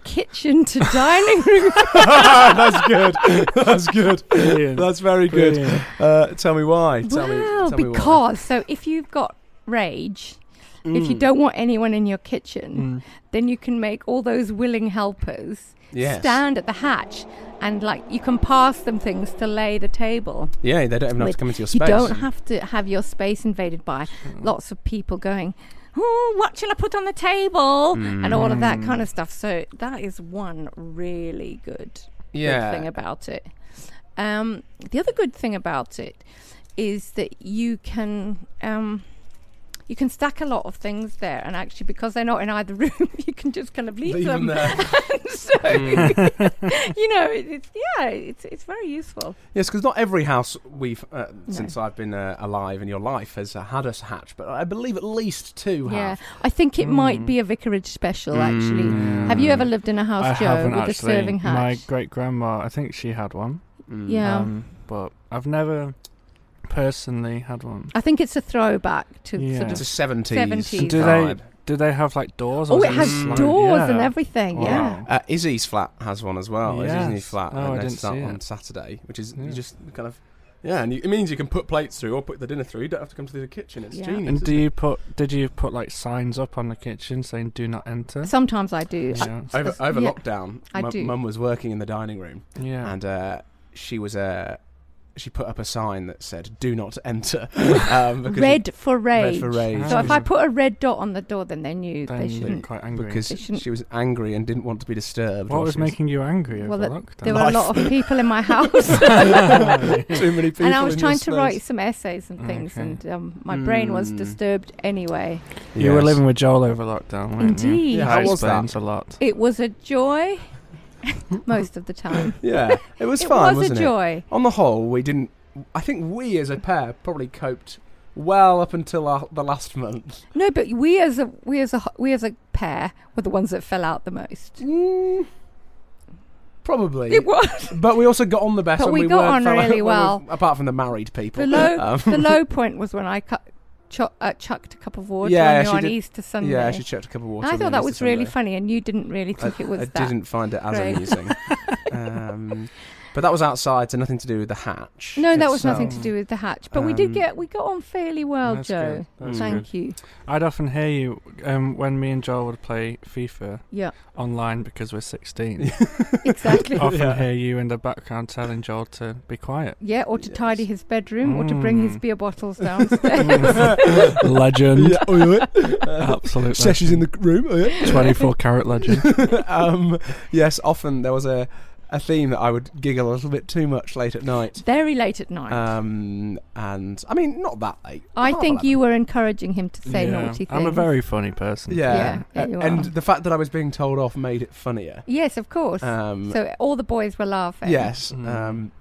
[SPEAKER 4] kitchen to dining room.
[SPEAKER 2] That's good. That's good.
[SPEAKER 3] Brilliant.
[SPEAKER 2] That's very good.
[SPEAKER 3] Brilliant.
[SPEAKER 2] Uh, tell me why. Tell me-
[SPEAKER 4] well,
[SPEAKER 2] tell me why.
[SPEAKER 4] because so if you've got rage, if you
[SPEAKER 2] Mm.
[SPEAKER 4] don't want anyone in your kitchen,
[SPEAKER 3] Mm.
[SPEAKER 4] then you can make all those willing helpers
[SPEAKER 2] Yes.
[SPEAKER 4] stand at the hatch and like you can pass them things to lay the table.
[SPEAKER 2] Yeah, they don't even have
[SPEAKER 4] With-
[SPEAKER 2] to come into your
[SPEAKER 4] You
[SPEAKER 2] space.
[SPEAKER 4] don't have to have your space invaded by lots of people going, Oh, what shall I put on the table? And all of
[SPEAKER 2] Mm.
[SPEAKER 4] that kind of stuff. So that is one really good,
[SPEAKER 2] yeah.
[SPEAKER 4] good thing about it. Um, the other good thing about it is that you can um, you can stack a lot of things there and actually because they're not in either room you can just kind of leave,
[SPEAKER 2] Leave them there.
[SPEAKER 4] so you know, it, it's yeah, it's it's very useful.
[SPEAKER 2] Yes, because not every house we've uh, since I've been uh, alive in your life has uh, had us hatch, but I believe at least two
[SPEAKER 4] Yeah,
[SPEAKER 2] have.
[SPEAKER 4] I think it might be a vicarage special. Actually,
[SPEAKER 1] Hmm.
[SPEAKER 4] have you ever lived in a
[SPEAKER 3] I
[SPEAKER 4] house, Joe,
[SPEAKER 3] haven't
[SPEAKER 4] with
[SPEAKER 3] actually.
[SPEAKER 4] a serving
[SPEAKER 3] My
[SPEAKER 4] hatch?
[SPEAKER 3] great grandma, I think she had one.
[SPEAKER 2] Mm.
[SPEAKER 4] yeah,
[SPEAKER 3] Um, but I've never personally had one.
[SPEAKER 4] I think it's a throwback to
[SPEAKER 3] Yeah.
[SPEAKER 4] sort
[SPEAKER 2] It's a
[SPEAKER 4] of.
[SPEAKER 2] 70s.
[SPEAKER 4] 70s.
[SPEAKER 3] Do they-
[SPEAKER 2] vibe.
[SPEAKER 3] Do they have like doors?
[SPEAKER 4] Oh,
[SPEAKER 3] or
[SPEAKER 4] it has
[SPEAKER 3] something?
[SPEAKER 4] doors and
[SPEAKER 3] Yeah.
[SPEAKER 4] everything. Yeah,
[SPEAKER 3] Wow.
[SPEAKER 2] Uh, Izzy's flat has one as well. Izzy's new
[SPEAKER 3] Yes.
[SPEAKER 2] flat.
[SPEAKER 3] Oh, I
[SPEAKER 2] and they
[SPEAKER 3] didn't
[SPEAKER 2] start
[SPEAKER 3] see
[SPEAKER 2] on
[SPEAKER 3] it.
[SPEAKER 2] Saturday, which is you
[SPEAKER 3] Yeah.
[SPEAKER 2] just kind of yeah, and you, it means you can put plates through or put the dinner through. You don't have to come to the kitchen. It's
[SPEAKER 4] Yeah.
[SPEAKER 2] genius.
[SPEAKER 3] And do
[SPEAKER 2] isn't
[SPEAKER 3] you
[SPEAKER 2] it?
[SPEAKER 3] put? Did you put like signs up on the kitchen saying "Do not enter"?
[SPEAKER 4] sometimes I do.
[SPEAKER 3] Yeah.
[SPEAKER 2] over
[SPEAKER 4] That's-
[SPEAKER 2] over
[SPEAKER 4] yeah.
[SPEAKER 2] lockdown?
[SPEAKER 4] I
[SPEAKER 2] mu-
[SPEAKER 4] do.
[SPEAKER 2] Mum was working in the dining room,
[SPEAKER 3] Yeah.
[SPEAKER 2] and uh, she was Uh, she put up a sign that said "Do not enter." um, because
[SPEAKER 4] Red for
[SPEAKER 2] Red
[SPEAKER 4] rage.
[SPEAKER 2] for rage.
[SPEAKER 4] So if I
[SPEAKER 3] Ah.
[SPEAKER 4] put a red dot on the door, then they knew
[SPEAKER 3] then
[SPEAKER 4] they
[SPEAKER 3] they
[SPEAKER 4] shouldn't.
[SPEAKER 3] quite angry.
[SPEAKER 2] because
[SPEAKER 4] They shouldn't-
[SPEAKER 2] she was angry and didn't want to be disturbed.
[SPEAKER 3] what
[SPEAKER 2] while
[SPEAKER 3] was
[SPEAKER 2] she was
[SPEAKER 3] making you angry over
[SPEAKER 4] Well, that-
[SPEAKER 3] lockdown?
[SPEAKER 4] There were a lot of people in my house.
[SPEAKER 2] too many people?
[SPEAKER 4] and I was
[SPEAKER 2] in
[SPEAKER 4] trying
[SPEAKER 2] your
[SPEAKER 4] to
[SPEAKER 2] space.
[SPEAKER 4] write some essays and things,
[SPEAKER 3] Okay.
[SPEAKER 4] and um, my brain was
[SPEAKER 2] Mm.
[SPEAKER 4] disturbed anyway.
[SPEAKER 3] you were living with Joel over lockdown, weren't you?
[SPEAKER 4] Indeed.
[SPEAKER 2] Yeah,
[SPEAKER 3] That
[SPEAKER 2] how was that?
[SPEAKER 3] explains a lot.
[SPEAKER 4] It was a joy. most of the time.
[SPEAKER 2] Yeah, it was
[SPEAKER 4] it
[SPEAKER 2] fun,
[SPEAKER 4] was a
[SPEAKER 2] not it?
[SPEAKER 4] joy.
[SPEAKER 2] On the whole, we didn't. I think we as a pair probably coped well up until our, the last month.
[SPEAKER 4] No, but we as a we as a ho- we as a pair were the ones that fell out the most.
[SPEAKER 2] Mm, probably.
[SPEAKER 4] It was
[SPEAKER 2] but we also got on the best.
[SPEAKER 4] But
[SPEAKER 2] when we
[SPEAKER 4] we got
[SPEAKER 2] weren't
[SPEAKER 4] on
[SPEAKER 2] fell out-
[SPEAKER 4] really
[SPEAKER 2] when we-
[SPEAKER 4] well.
[SPEAKER 2] apart from the married people.
[SPEAKER 4] the low
[SPEAKER 2] Um,
[SPEAKER 4] the low point was when I cu- chu- uh, chucked a cup of water
[SPEAKER 2] Yeah,
[SPEAKER 4] on you
[SPEAKER 2] she
[SPEAKER 4] on
[SPEAKER 2] did-
[SPEAKER 4] Easter Sunday.
[SPEAKER 2] yeah, she chucked a cup of water.
[SPEAKER 4] And I
[SPEAKER 2] on
[SPEAKER 4] thought
[SPEAKER 2] the
[SPEAKER 4] that
[SPEAKER 2] Easter
[SPEAKER 4] was really
[SPEAKER 2] Sunday.
[SPEAKER 4] funny, and you didn't really think it was
[SPEAKER 2] I
[SPEAKER 4] that.
[SPEAKER 2] didn't find it as
[SPEAKER 4] great.
[SPEAKER 2] amusing. um, but that was outside, so nothing to do with the hatch.
[SPEAKER 4] No, that was nothing to
[SPEAKER 2] itself.
[SPEAKER 4] do with the hatch, but we did
[SPEAKER 2] Um,
[SPEAKER 4] get we got on fairly well,
[SPEAKER 3] that's
[SPEAKER 4] Joe.
[SPEAKER 3] good. That's
[SPEAKER 4] Thank you.
[SPEAKER 3] I'd often hear you um, when me and Joel would play FIFA
[SPEAKER 4] Yeah,
[SPEAKER 3] online because we're 16.
[SPEAKER 4] exactly.
[SPEAKER 3] often
[SPEAKER 2] Yeah.
[SPEAKER 3] hear you in the background telling Joel to be quiet.
[SPEAKER 4] yeah, or to
[SPEAKER 2] Yes.
[SPEAKER 4] tidy his bedroom, or to bring his
[SPEAKER 3] Mm.
[SPEAKER 4] beer bottles downstairs.
[SPEAKER 3] legend.
[SPEAKER 2] Yeah, oh, yeah.
[SPEAKER 3] Absolutely.
[SPEAKER 2] Sessions in the room. oh, yeah.
[SPEAKER 3] 24 carat legend.
[SPEAKER 2] um, yes, often there was a, a theme that I would giggle a little bit too much late at night.
[SPEAKER 4] Very late at night.
[SPEAKER 2] Um, and I mean, not that late.
[SPEAKER 4] I
[SPEAKER 2] half
[SPEAKER 4] think
[SPEAKER 2] 11.
[SPEAKER 4] you were encouraging him to say
[SPEAKER 3] Yeah.
[SPEAKER 4] naughty things.
[SPEAKER 3] I'm a very funny person.
[SPEAKER 2] Yeah.
[SPEAKER 4] Yeah,
[SPEAKER 2] A-
[SPEAKER 4] you
[SPEAKER 2] and
[SPEAKER 4] are.
[SPEAKER 2] the fact that I was being told off made it funnier.
[SPEAKER 4] yes, of course.
[SPEAKER 2] Um,
[SPEAKER 4] so all the boys were laughing.
[SPEAKER 2] yes.
[SPEAKER 3] Mm.
[SPEAKER 2] Um,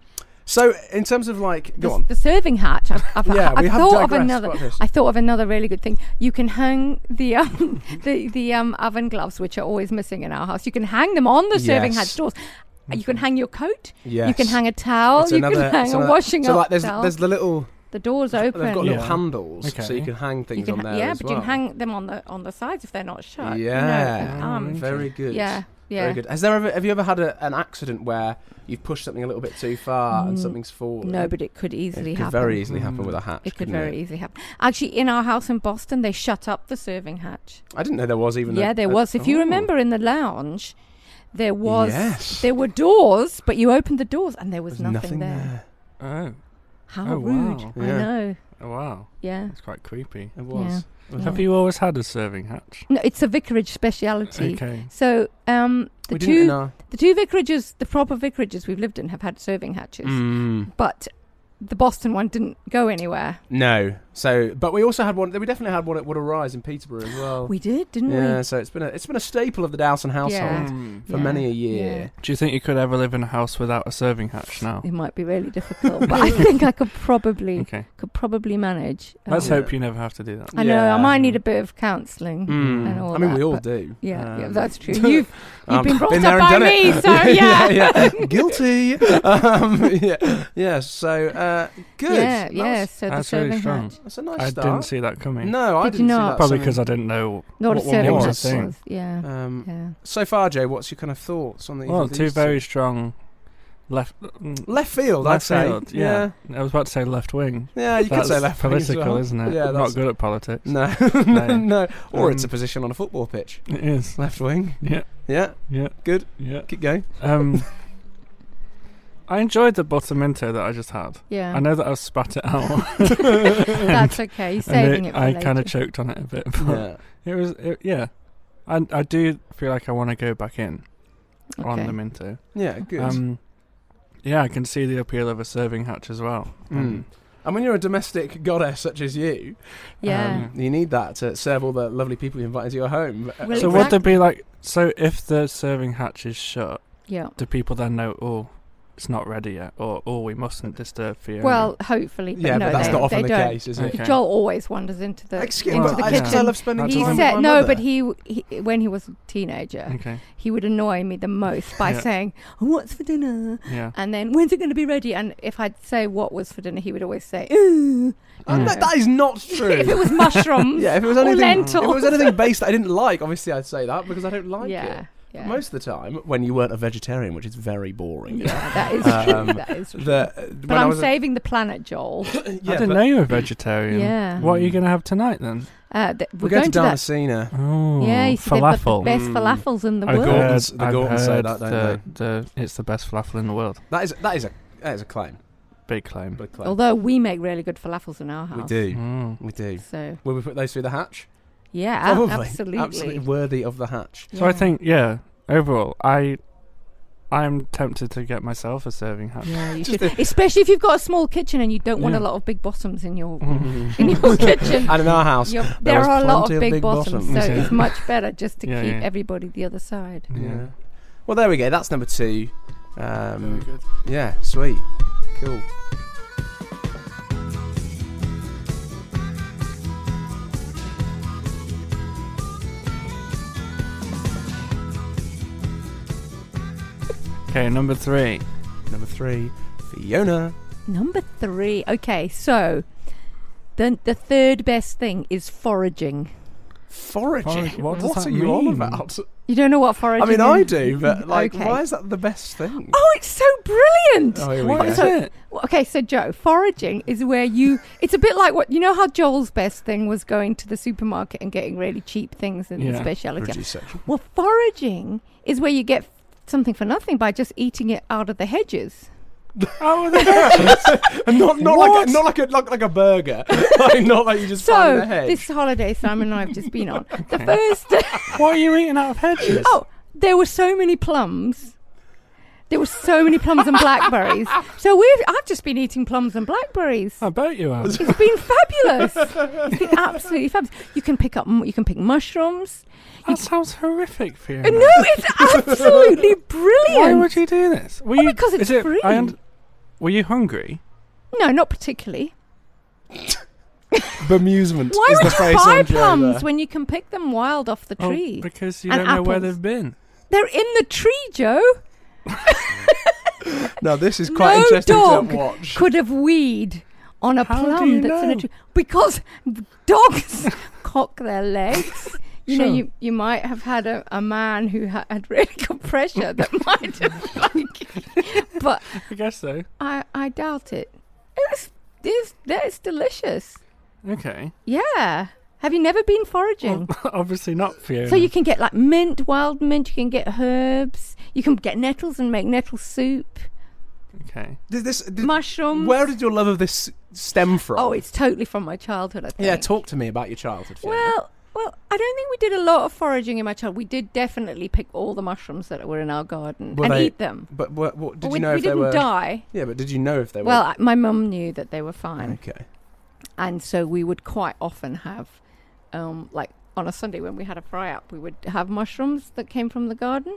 [SPEAKER 2] so in terms of like,
[SPEAKER 4] The,
[SPEAKER 2] go on.
[SPEAKER 4] the serving hatch. I've, I've,
[SPEAKER 2] yeah,
[SPEAKER 4] I've
[SPEAKER 2] we have
[SPEAKER 4] thought of
[SPEAKER 2] digressed
[SPEAKER 4] another.
[SPEAKER 2] quite a bit.
[SPEAKER 4] I thought of another really good thing. You can hang the um, the the um, oven gloves, which are always missing in our house. You can hang them on the serving
[SPEAKER 2] Yes.
[SPEAKER 4] hatch doors. You can hang your coat.
[SPEAKER 2] Yes.
[SPEAKER 4] You can hang a towel.
[SPEAKER 2] It's
[SPEAKER 4] you
[SPEAKER 2] another-
[SPEAKER 4] can hang
[SPEAKER 2] it's
[SPEAKER 4] a
[SPEAKER 2] another-
[SPEAKER 4] washing
[SPEAKER 2] so
[SPEAKER 4] up
[SPEAKER 2] like there's
[SPEAKER 4] towel.
[SPEAKER 2] there's the little
[SPEAKER 4] the doors open.
[SPEAKER 2] they've got
[SPEAKER 3] Yeah.
[SPEAKER 2] little handles so you
[SPEAKER 3] Okay.
[SPEAKER 2] can hang
[SPEAKER 4] You
[SPEAKER 2] things
[SPEAKER 4] can
[SPEAKER 2] on
[SPEAKER 4] ha-
[SPEAKER 2] there
[SPEAKER 4] yeah,
[SPEAKER 2] as
[SPEAKER 4] but
[SPEAKER 2] well.
[SPEAKER 4] you can hang them on the on the sides if they're not shut. You know,
[SPEAKER 2] Yeah.
[SPEAKER 4] and,
[SPEAKER 3] Oh,
[SPEAKER 4] um,
[SPEAKER 2] Mm, very good
[SPEAKER 4] yeah, yeah.
[SPEAKER 2] Very good. Has there ever have you ever had a, an accident where you've pushed something a little bit too far and
[SPEAKER 4] Mm,
[SPEAKER 2] something's fallen?
[SPEAKER 4] No, but it could
[SPEAKER 2] it
[SPEAKER 4] easily
[SPEAKER 2] could
[SPEAKER 4] happen.
[SPEAKER 2] very easily happen
[SPEAKER 3] Mm.
[SPEAKER 2] with a hatch.
[SPEAKER 4] it could
[SPEAKER 2] couldn't
[SPEAKER 4] very easily happen. Actually, in our house in Boston, they shut up the serving hatch.
[SPEAKER 2] I didn't know there was even.
[SPEAKER 4] yeah,
[SPEAKER 2] a,
[SPEAKER 4] there
[SPEAKER 2] a-
[SPEAKER 4] was. If you
[SPEAKER 2] Oh.
[SPEAKER 4] remember in the lounge, there was
[SPEAKER 2] Yes.
[SPEAKER 4] there were doors, but you opened the doors and there was
[SPEAKER 2] There's
[SPEAKER 4] nothing, there.
[SPEAKER 3] Oh,
[SPEAKER 4] How
[SPEAKER 3] Oh,
[SPEAKER 4] rude!
[SPEAKER 3] wow.
[SPEAKER 4] I
[SPEAKER 2] Yeah.
[SPEAKER 4] know.
[SPEAKER 3] Oh, wow.
[SPEAKER 4] Yeah.
[SPEAKER 3] That's quite creepy.
[SPEAKER 2] It was. It was-
[SPEAKER 4] Yeah.
[SPEAKER 3] Have you always had a serving hatch?
[SPEAKER 4] No, it's a vicarage speciality.
[SPEAKER 3] Okay.
[SPEAKER 4] So um, the
[SPEAKER 2] we didn't in
[SPEAKER 4] two
[SPEAKER 2] our-
[SPEAKER 4] the two vicarages, the proper vicarages we've lived in, have had serving hatches,
[SPEAKER 2] Mm,
[SPEAKER 4] but the Boston one didn't go anywhere.
[SPEAKER 2] no. So, but we also had one. We definitely had one at Wood Rise in Peterborough as well.
[SPEAKER 4] We did, didn't
[SPEAKER 2] yeah. So it's been a it's been a staple of the Dowson household
[SPEAKER 4] Yeah.
[SPEAKER 3] Mm.
[SPEAKER 4] we?
[SPEAKER 2] for
[SPEAKER 4] Yeah,
[SPEAKER 2] many a year.
[SPEAKER 3] Do you think you could ever live in a house without a serving hatch now?
[SPEAKER 4] yeah. It might be really difficult, but I think I could probably
[SPEAKER 3] Okay.
[SPEAKER 4] could probably manage.
[SPEAKER 3] Let's
[SPEAKER 4] Um,
[SPEAKER 2] Yeah.
[SPEAKER 3] hope you never have to do that.
[SPEAKER 4] I know
[SPEAKER 2] Yeah.
[SPEAKER 4] I might need a bit of counselling.
[SPEAKER 2] Mm.
[SPEAKER 4] And all
[SPEAKER 2] I mean,
[SPEAKER 4] that,
[SPEAKER 2] we all
[SPEAKER 4] but-
[SPEAKER 2] do.
[SPEAKER 4] Yeah, yeah,
[SPEAKER 2] Um,
[SPEAKER 4] that's true. You've
[SPEAKER 2] Um,
[SPEAKER 4] been brought
[SPEAKER 2] there and
[SPEAKER 4] up by
[SPEAKER 2] done
[SPEAKER 4] me,
[SPEAKER 2] it.
[SPEAKER 4] so
[SPEAKER 2] yeah,
[SPEAKER 4] yeah.
[SPEAKER 2] yeah. guilty. um, yeah, yeah. So uh, good.
[SPEAKER 4] yeah,
[SPEAKER 2] That
[SPEAKER 4] yeah.
[SPEAKER 2] was-
[SPEAKER 4] So the
[SPEAKER 3] That's really
[SPEAKER 4] serving
[SPEAKER 3] strong.
[SPEAKER 4] hatch,
[SPEAKER 2] that's a nice
[SPEAKER 3] I
[SPEAKER 2] start.
[SPEAKER 3] didn't see that coming.
[SPEAKER 2] No, I
[SPEAKER 4] Did you
[SPEAKER 2] didn't see
[SPEAKER 4] not?
[SPEAKER 2] that.
[SPEAKER 3] Probably
[SPEAKER 2] something-
[SPEAKER 3] because I didn't know.
[SPEAKER 4] not a
[SPEAKER 3] What one
[SPEAKER 4] serving
[SPEAKER 2] was
[SPEAKER 4] hatch.
[SPEAKER 3] the thing?
[SPEAKER 4] was- Yeah,
[SPEAKER 2] Um,
[SPEAKER 4] yeah.
[SPEAKER 2] so far, Jay, what's your kind of thoughts on the?
[SPEAKER 3] Well,
[SPEAKER 2] these
[SPEAKER 3] two very strong left. mm,
[SPEAKER 2] left field.
[SPEAKER 3] left
[SPEAKER 2] I'd say.
[SPEAKER 3] field, yeah. I was about to say left wing.
[SPEAKER 2] yeah, you could
[SPEAKER 3] That's
[SPEAKER 2] say left wing as
[SPEAKER 3] political,
[SPEAKER 2] well.
[SPEAKER 3] isn't it?
[SPEAKER 2] Yeah,
[SPEAKER 3] not
[SPEAKER 2] that's-
[SPEAKER 3] good at politics.
[SPEAKER 2] No,
[SPEAKER 3] No.
[SPEAKER 2] no. Or it's a
[SPEAKER 3] Um,
[SPEAKER 2] position on a football pitch.
[SPEAKER 3] It is.
[SPEAKER 2] Left wing.
[SPEAKER 3] Yeah,
[SPEAKER 2] Yeah,
[SPEAKER 3] yeah,
[SPEAKER 2] good.
[SPEAKER 3] yeah.
[SPEAKER 2] Keep going.
[SPEAKER 3] Um, I enjoyed the butterminto that I just had.
[SPEAKER 4] Yeah,
[SPEAKER 3] I know that I spat it out,
[SPEAKER 4] that's okay. You're
[SPEAKER 3] and
[SPEAKER 4] saving it.
[SPEAKER 3] it,
[SPEAKER 4] for
[SPEAKER 3] I
[SPEAKER 4] later.
[SPEAKER 3] kind of choked on it a bit. But
[SPEAKER 2] Yeah.
[SPEAKER 3] it was, it, yeah. I I do feel like I want to go back in on
[SPEAKER 4] Okay.
[SPEAKER 3] the minto.
[SPEAKER 2] Yeah, good.
[SPEAKER 3] Um, yeah, I can see the appeal of a serving hatch as well.
[SPEAKER 2] Mm. And when you're a domestic goddess such as you,
[SPEAKER 4] Yeah.
[SPEAKER 3] Mm.
[SPEAKER 2] um, you need that to serve all the lovely people you invite into your home. Uh,
[SPEAKER 4] Well,
[SPEAKER 3] so would there be like? So if the serving hatch is shut,
[SPEAKER 4] yeah.
[SPEAKER 3] do people then know? Oh, it's not ready yet, or oh, we mustn't disturb Fiona.
[SPEAKER 4] Well, hopefully, but
[SPEAKER 2] yeah,
[SPEAKER 4] no,
[SPEAKER 2] but that's
[SPEAKER 4] they,
[SPEAKER 2] not often
[SPEAKER 4] they
[SPEAKER 2] the
[SPEAKER 4] don't.
[SPEAKER 2] case, is it?
[SPEAKER 3] Okay.
[SPEAKER 4] Joel always wanders into the
[SPEAKER 2] Excuse
[SPEAKER 4] into
[SPEAKER 2] me,
[SPEAKER 4] the
[SPEAKER 2] I, just-
[SPEAKER 4] kitchen.
[SPEAKER 2] I love spending
[SPEAKER 3] That's
[SPEAKER 4] he
[SPEAKER 2] time
[SPEAKER 3] fine.
[SPEAKER 2] with
[SPEAKER 4] said
[SPEAKER 2] my
[SPEAKER 4] no,
[SPEAKER 2] mother.
[SPEAKER 4] but he, he when he was a teenager,
[SPEAKER 3] okay,
[SPEAKER 4] he would annoy me the most by
[SPEAKER 3] Yeah.
[SPEAKER 4] saying, "What's for dinner?"
[SPEAKER 3] yeah.
[SPEAKER 4] and then when's it going to be ready? And if I'd say what was for dinner, he would always say, "Ooh."
[SPEAKER 2] Oh, no,
[SPEAKER 4] Yeah.
[SPEAKER 2] that is not true.
[SPEAKER 4] if it was mushrooms,
[SPEAKER 2] yeah, if it was
[SPEAKER 4] or
[SPEAKER 2] anything, if it
[SPEAKER 4] lentils.
[SPEAKER 2] was anything based that I didn't like, obviously I'd say that because I don't like
[SPEAKER 4] yeah,
[SPEAKER 2] it. But
[SPEAKER 4] yeah.
[SPEAKER 2] Most of the time, when you weren't a vegetarian, which is very boring.
[SPEAKER 4] yeah, that is true.
[SPEAKER 2] Um,
[SPEAKER 4] that is true.
[SPEAKER 2] The,
[SPEAKER 4] but
[SPEAKER 2] when I
[SPEAKER 4] I'm
[SPEAKER 2] was a-
[SPEAKER 4] saving the planet, Joel.
[SPEAKER 2] yeah,
[SPEAKER 3] I didn't
[SPEAKER 2] but
[SPEAKER 3] know you were vegetarian.
[SPEAKER 4] Yeah.
[SPEAKER 3] What are you going to have tonight then?
[SPEAKER 4] Uh, th- we're,
[SPEAKER 2] We're going to
[SPEAKER 4] that.
[SPEAKER 2] Darnacina.
[SPEAKER 3] Oh,
[SPEAKER 4] Yeah, he said they've got the
[SPEAKER 3] falafel.
[SPEAKER 4] best
[SPEAKER 2] Mm.
[SPEAKER 4] falafels in the
[SPEAKER 3] I've
[SPEAKER 4] world.
[SPEAKER 3] heard,
[SPEAKER 2] Gortons- the
[SPEAKER 3] I've
[SPEAKER 2] Gortons say
[SPEAKER 3] heard
[SPEAKER 2] that, don't
[SPEAKER 3] the, the, it's the best falafel in the world.
[SPEAKER 2] That is that is a that is a claim.
[SPEAKER 3] Big claim.
[SPEAKER 2] Big claim.
[SPEAKER 4] Although Oh. we make really good falafels in our house.
[SPEAKER 2] we do,
[SPEAKER 3] Mm.
[SPEAKER 2] we do.
[SPEAKER 4] So
[SPEAKER 2] Will we put those through the hatch?
[SPEAKER 4] yeah,
[SPEAKER 2] Probably.
[SPEAKER 4] absolutely.
[SPEAKER 2] Absolutely worthy of the hatch.
[SPEAKER 3] So I think, yeah, overall, I, I'm tempted to get myself a serving hat.
[SPEAKER 4] Yeah, you
[SPEAKER 2] Just
[SPEAKER 4] should. Especially if you've got a small kitchen and you don't want a
[SPEAKER 3] Yeah.
[SPEAKER 4] lot of big bottoms in your
[SPEAKER 3] Mm.
[SPEAKER 4] in your kitchen.
[SPEAKER 2] And in our house,
[SPEAKER 4] You're,
[SPEAKER 2] there
[SPEAKER 4] there
[SPEAKER 2] was
[SPEAKER 4] are a lot
[SPEAKER 2] plenty
[SPEAKER 4] of
[SPEAKER 2] of
[SPEAKER 4] big
[SPEAKER 2] big
[SPEAKER 4] bottoms,
[SPEAKER 2] bottoms.
[SPEAKER 4] so
[SPEAKER 3] Yeah.
[SPEAKER 4] it's much better just to
[SPEAKER 3] Yeah,
[SPEAKER 4] keep
[SPEAKER 3] yeah.
[SPEAKER 4] everybody the other side.
[SPEAKER 3] Yeah.
[SPEAKER 2] Yeah. Well, there we go. That's number two.
[SPEAKER 5] Very
[SPEAKER 2] Um,
[SPEAKER 5] good.
[SPEAKER 2] yeah, sweet, cool.
[SPEAKER 3] Okay, number three.
[SPEAKER 2] Number three, Fiona.
[SPEAKER 4] Number three. Okay, so the the third best thing is foraging.
[SPEAKER 2] Foraging.
[SPEAKER 3] Forag- what does that
[SPEAKER 2] are you on
[SPEAKER 3] mean? Oh,
[SPEAKER 2] about?
[SPEAKER 4] You don't know what foraging
[SPEAKER 2] I
[SPEAKER 4] is?
[SPEAKER 2] mean, I do, but like,
[SPEAKER 4] Okay.
[SPEAKER 2] why is Oh, that the best thing?
[SPEAKER 4] Oh, it's so brilliant!
[SPEAKER 2] here we
[SPEAKER 3] What
[SPEAKER 2] go.
[SPEAKER 3] is it?
[SPEAKER 4] Well, Okay, so Joe, foraging is where you. It's a bit like what you know how Joel's best thing was going to the supermarket and getting really cheap things in the
[SPEAKER 3] Yeah,
[SPEAKER 4] speciality.
[SPEAKER 2] Produce section.
[SPEAKER 4] Well, foraging is where you get something for nothing by just eating it out of the hedges.
[SPEAKER 3] Oh, the
[SPEAKER 2] And not not like
[SPEAKER 3] What?
[SPEAKER 2] a, not like a like, like a burger, like not like you just find in
[SPEAKER 4] So
[SPEAKER 2] a hedge.
[SPEAKER 4] this holiday Simon and I have just been on the first.
[SPEAKER 3] Why are you eating out of hedges?
[SPEAKER 4] Oh, there were so many plums. There were so many plums and blackberries. So we've I've just been eating plums and blackberries.
[SPEAKER 3] I bet you have.
[SPEAKER 4] It's been fabulous. It's been absolutely fabulous. You can pick up, m- you can pick mushrooms.
[SPEAKER 3] That sounds horrific for you.
[SPEAKER 4] Uh, No, it's absolutely brilliant.
[SPEAKER 3] Why would you do this? Were
[SPEAKER 4] Oh,
[SPEAKER 3] you,
[SPEAKER 4] because it's
[SPEAKER 3] is it,
[SPEAKER 4] free.
[SPEAKER 3] I und- were you hungry?
[SPEAKER 4] No, not particularly.
[SPEAKER 2] Bemusement
[SPEAKER 4] Why
[SPEAKER 2] is the
[SPEAKER 4] would you
[SPEAKER 2] phrase
[SPEAKER 4] buy
[SPEAKER 2] on Joe
[SPEAKER 4] plums
[SPEAKER 2] there.
[SPEAKER 4] when you can pick them wild off the
[SPEAKER 3] Oh,
[SPEAKER 4] tree?
[SPEAKER 3] because you
[SPEAKER 4] And
[SPEAKER 3] don't know where
[SPEAKER 4] apples.
[SPEAKER 3] they've been.
[SPEAKER 4] They're in the tree, Joe.
[SPEAKER 2] Now this is quite
[SPEAKER 4] No
[SPEAKER 2] interesting
[SPEAKER 4] dog
[SPEAKER 2] to watch.
[SPEAKER 4] Could have weed on a
[SPEAKER 3] How do
[SPEAKER 4] plum
[SPEAKER 3] you
[SPEAKER 4] that's in a
[SPEAKER 3] know?
[SPEAKER 4] tree because dogs cock their legs. You know,
[SPEAKER 3] Sure.
[SPEAKER 4] you, you might have had a, a man who ha- had really good pressure that might have, like, but
[SPEAKER 3] I guess so.
[SPEAKER 4] I, I doubt it. It's, it's, it's delicious.
[SPEAKER 3] Okay.
[SPEAKER 4] Yeah. Have you never been foraging?
[SPEAKER 3] Obviously not for you.
[SPEAKER 4] So you can get like mint, wild mint, you can get herbs, you can get nettles and make nettle soup,
[SPEAKER 3] okay.
[SPEAKER 2] Did this, did-
[SPEAKER 4] mushrooms.
[SPEAKER 2] where did your love of this stem from?
[SPEAKER 4] oh, it's totally from my childhood, I think.
[SPEAKER 2] yeah. Talk to me about your childhood. Fiona.
[SPEAKER 4] Well, well, I don't think we did a lot of foraging in my childhood. We did definitely pick all the mushrooms that were in our garden
[SPEAKER 2] Were
[SPEAKER 4] and
[SPEAKER 2] they-
[SPEAKER 4] eat them.
[SPEAKER 2] but what, what did
[SPEAKER 4] we,
[SPEAKER 2] you know
[SPEAKER 4] we
[SPEAKER 2] if they
[SPEAKER 4] didn't
[SPEAKER 2] were?
[SPEAKER 4] die.
[SPEAKER 2] Yeah, but did you know if they
[SPEAKER 4] Well, I- my mum knew that they were
[SPEAKER 2] were?
[SPEAKER 4] fine.
[SPEAKER 2] Okay.
[SPEAKER 4] and so we would quite often have um, like on a sunday when we had a fry up we would have mushrooms that came from the garden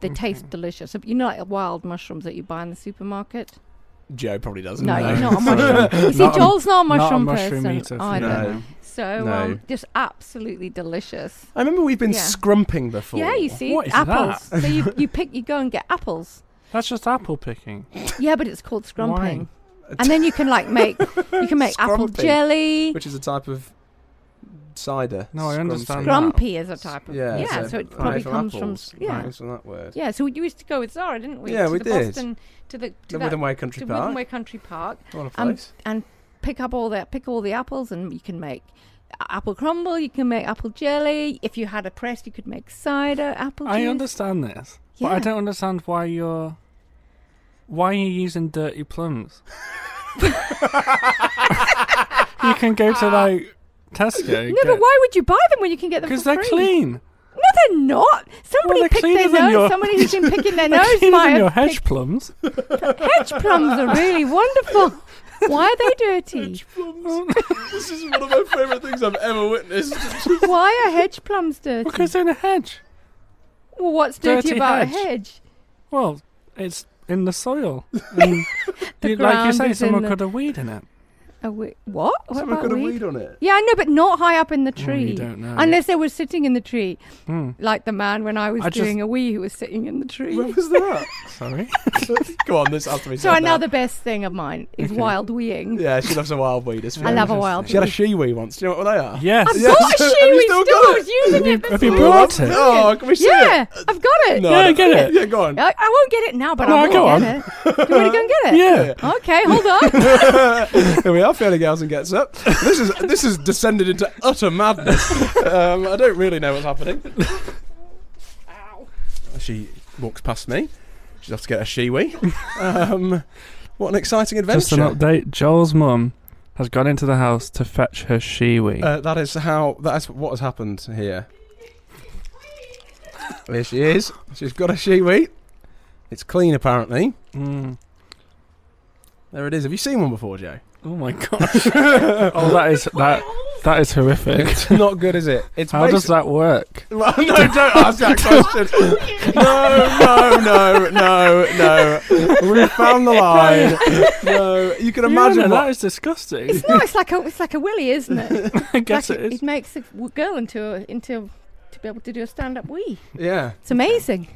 [SPEAKER 4] they taste delicious you know like wild mushrooms that you buy in the supermarket
[SPEAKER 2] Joe probably doesn't.
[SPEAKER 4] no
[SPEAKER 2] know.
[SPEAKER 4] you're not a
[SPEAKER 3] Sorry.
[SPEAKER 4] mushroom you see
[SPEAKER 3] Not a-
[SPEAKER 4] joel's not a
[SPEAKER 3] not a
[SPEAKER 4] mushroom,
[SPEAKER 3] mushroom
[SPEAKER 4] person
[SPEAKER 3] eater,
[SPEAKER 4] either
[SPEAKER 2] No.
[SPEAKER 4] so
[SPEAKER 2] No.
[SPEAKER 4] um, just absolutely delicious
[SPEAKER 2] I remember we've been
[SPEAKER 4] Yeah.
[SPEAKER 2] scrumping before.
[SPEAKER 4] yeah you see
[SPEAKER 3] What is
[SPEAKER 4] apples so you, you pick you go and get apples
[SPEAKER 3] That's just apple picking.
[SPEAKER 4] yeah but it's called scrumping
[SPEAKER 3] Why?
[SPEAKER 4] and then you can like make you can make apple
[SPEAKER 2] Scrumping.
[SPEAKER 4] jelly
[SPEAKER 2] which is a type of cider.
[SPEAKER 3] No, I
[SPEAKER 2] Scrumpy.
[SPEAKER 3] understand that.
[SPEAKER 4] grumpy is a type of
[SPEAKER 2] Yeah,
[SPEAKER 4] yeah so,
[SPEAKER 2] so
[SPEAKER 4] it
[SPEAKER 2] right,
[SPEAKER 4] probably
[SPEAKER 2] from
[SPEAKER 4] comes
[SPEAKER 2] apples.
[SPEAKER 4] from yeah
[SPEAKER 2] Right, from that word.
[SPEAKER 4] Yeah, so we used to go with Zara, didn't we?
[SPEAKER 2] Yeah,
[SPEAKER 4] to
[SPEAKER 2] we
[SPEAKER 4] the
[SPEAKER 2] did.
[SPEAKER 4] Boston, to the to
[SPEAKER 2] The
[SPEAKER 4] that,
[SPEAKER 2] Witham Way Country
[SPEAKER 4] to
[SPEAKER 2] Park.
[SPEAKER 4] Witham Way Country Park,
[SPEAKER 2] What a
[SPEAKER 4] um,
[SPEAKER 2] place.
[SPEAKER 4] and pick up all the pick all the apples, and you can make a- apple crumble. You can make apple jelly. If you had a press, you could make cider, apple
[SPEAKER 3] I
[SPEAKER 4] juice.
[SPEAKER 3] understand this, but I
[SPEAKER 4] Yeah.
[SPEAKER 3] don't understand why you're. Why are you using dirty plums? you can go to like Tesco.
[SPEAKER 4] No, but why would you buy them when you can get them?
[SPEAKER 3] Because
[SPEAKER 4] Because
[SPEAKER 3] they're clean.
[SPEAKER 4] No, they're not. Somebody
[SPEAKER 3] they're
[SPEAKER 4] picked
[SPEAKER 3] cleaner
[SPEAKER 4] their
[SPEAKER 3] than
[SPEAKER 4] nose.
[SPEAKER 3] your-
[SPEAKER 4] Somebody who's been picking their
[SPEAKER 3] They're
[SPEAKER 4] nose
[SPEAKER 3] cleaner
[SPEAKER 4] might
[SPEAKER 3] than
[SPEAKER 4] have
[SPEAKER 3] your hedge
[SPEAKER 4] picked-
[SPEAKER 3] plums.
[SPEAKER 4] hedge plums are really wonderful. Why are they dirty?
[SPEAKER 2] this is one of my favourite things I've ever witnessed.
[SPEAKER 4] Why are hedge plums dirty?
[SPEAKER 3] Because they're in a hedge.
[SPEAKER 4] well, what's dirty,
[SPEAKER 3] Dirty
[SPEAKER 4] about a
[SPEAKER 3] hedge.
[SPEAKER 4] hedge?
[SPEAKER 3] Well, it's in the soil. And you- like you
[SPEAKER 4] ground
[SPEAKER 3] say,
[SPEAKER 4] is in
[SPEAKER 3] someone
[SPEAKER 4] the-
[SPEAKER 3] could have weed in it.
[SPEAKER 4] A wi- what? What
[SPEAKER 2] Someone
[SPEAKER 4] about
[SPEAKER 2] got a
[SPEAKER 4] weed?
[SPEAKER 2] weed Oh, on it.
[SPEAKER 4] Yeah, I know, but not high up in the
[SPEAKER 3] Well,
[SPEAKER 4] tree.
[SPEAKER 3] you don't know.
[SPEAKER 4] Unless they were sitting in the tree,
[SPEAKER 3] Hmm,
[SPEAKER 4] like the man when I was
[SPEAKER 3] I just-
[SPEAKER 4] doing a wee who was sitting in the tree.
[SPEAKER 2] When was that?
[SPEAKER 3] sorry.
[SPEAKER 2] Go on, this has to be
[SPEAKER 4] so
[SPEAKER 2] said
[SPEAKER 4] I know
[SPEAKER 2] now.
[SPEAKER 4] the best thing of mine is
[SPEAKER 3] Okay.
[SPEAKER 4] wild weeing.
[SPEAKER 2] Yeah, she loves a wild weed. It's
[SPEAKER 4] I
[SPEAKER 2] really
[SPEAKER 4] love a
[SPEAKER 2] interesting.
[SPEAKER 4] wild
[SPEAKER 2] She had a
[SPEAKER 4] weed.
[SPEAKER 2] shiwi once. Do you know what they are?
[SPEAKER 3] Yes.
[SPEAKER 4] I've
[SPEAKER 2] Yeah,
[SPEAKER 4] got a
[SPEAKER 2] so- have
[SPEAKER 4] shiwi
[SPEAKER 2] you still
[SPEAKER 4] still. I
[SPEAKER 2] got
[SPEAKER 4] was
[SPEAKER 2] it?
[SPEAKER 4] using it
[SPEAKER 3] Have you
[SPEAKER 4] before.
[SPEAKER 3] brought it?
[SPEAKER 2] Oh, can we see
[SPEAKER 4] yeah,
[SPEAKER 2] it?
[SPEAKER 4] I've got it.
[SPEAKER 2] No,
[SPEAKER 3] Yeah,
[SPEAKER 2] I don't-
[SPEAKER 3] get it.
[SPEAKER 2] Yeah, go on.
[SPEAKER 4] I, I won't get it now, but
[SPEAKER 3] No,
[SPEAKER 4] I will
[SPEAKER 3] go on.
[SPEAKER 4] get it. Do you want to go and get it?
[SPEAKER 3] Yeah.
[SPEAKER 4] Okay, hold on.
[SPEAKER 2] Here we are. Fiona Galson gets up. This is this has descended into utter madness. Um, I don't really know what's happening. She walks past me. She's off to get a shiwi. Um, what an exciting
[SPEAKER 3] Just an
[SPEAKER 2] adventure!
[SPEAKER 3] update. Joel's mum has gone into the house to fetch her shiwi.
[SPEAKER 2] Uh, that is how that is what has happened here. There she is. She's got a shiwi. It's clean apparently.
[SPEAKER 3] Mm.
[SPEAKER 2] There it is. Have you seen one before, Joe?
[SPEAKER 3] Oh my gosh. oh, that is that. That is horrific.
[SPEAKER 2] It's not good, is it? It's
[SPEAKER 3] How does
[SPEAKER 2] basi-
[SPEAKER 3] that work?
[SPEAKER 2] Well, no, don't ask that question. no, no, no, no, no. We found the line. No, you can imagine
[SPEAKER 3] Fiona,
[SPEAKER 2] what.
[SPEAKER 3] that is disgusting.
[SPEAKER 4] It's not. It's like a. It's like a willy, isn't it?
[SPEAKER 3] I guess
[SPEAKER 4] like
[SPEAKER 3] it is.
[SPEAKER 4] It makes a w- girl into a, into to be able to do a stand up wee.
[SPEAKER 2] Yeah,
[SPEAKER 4] It's amazing.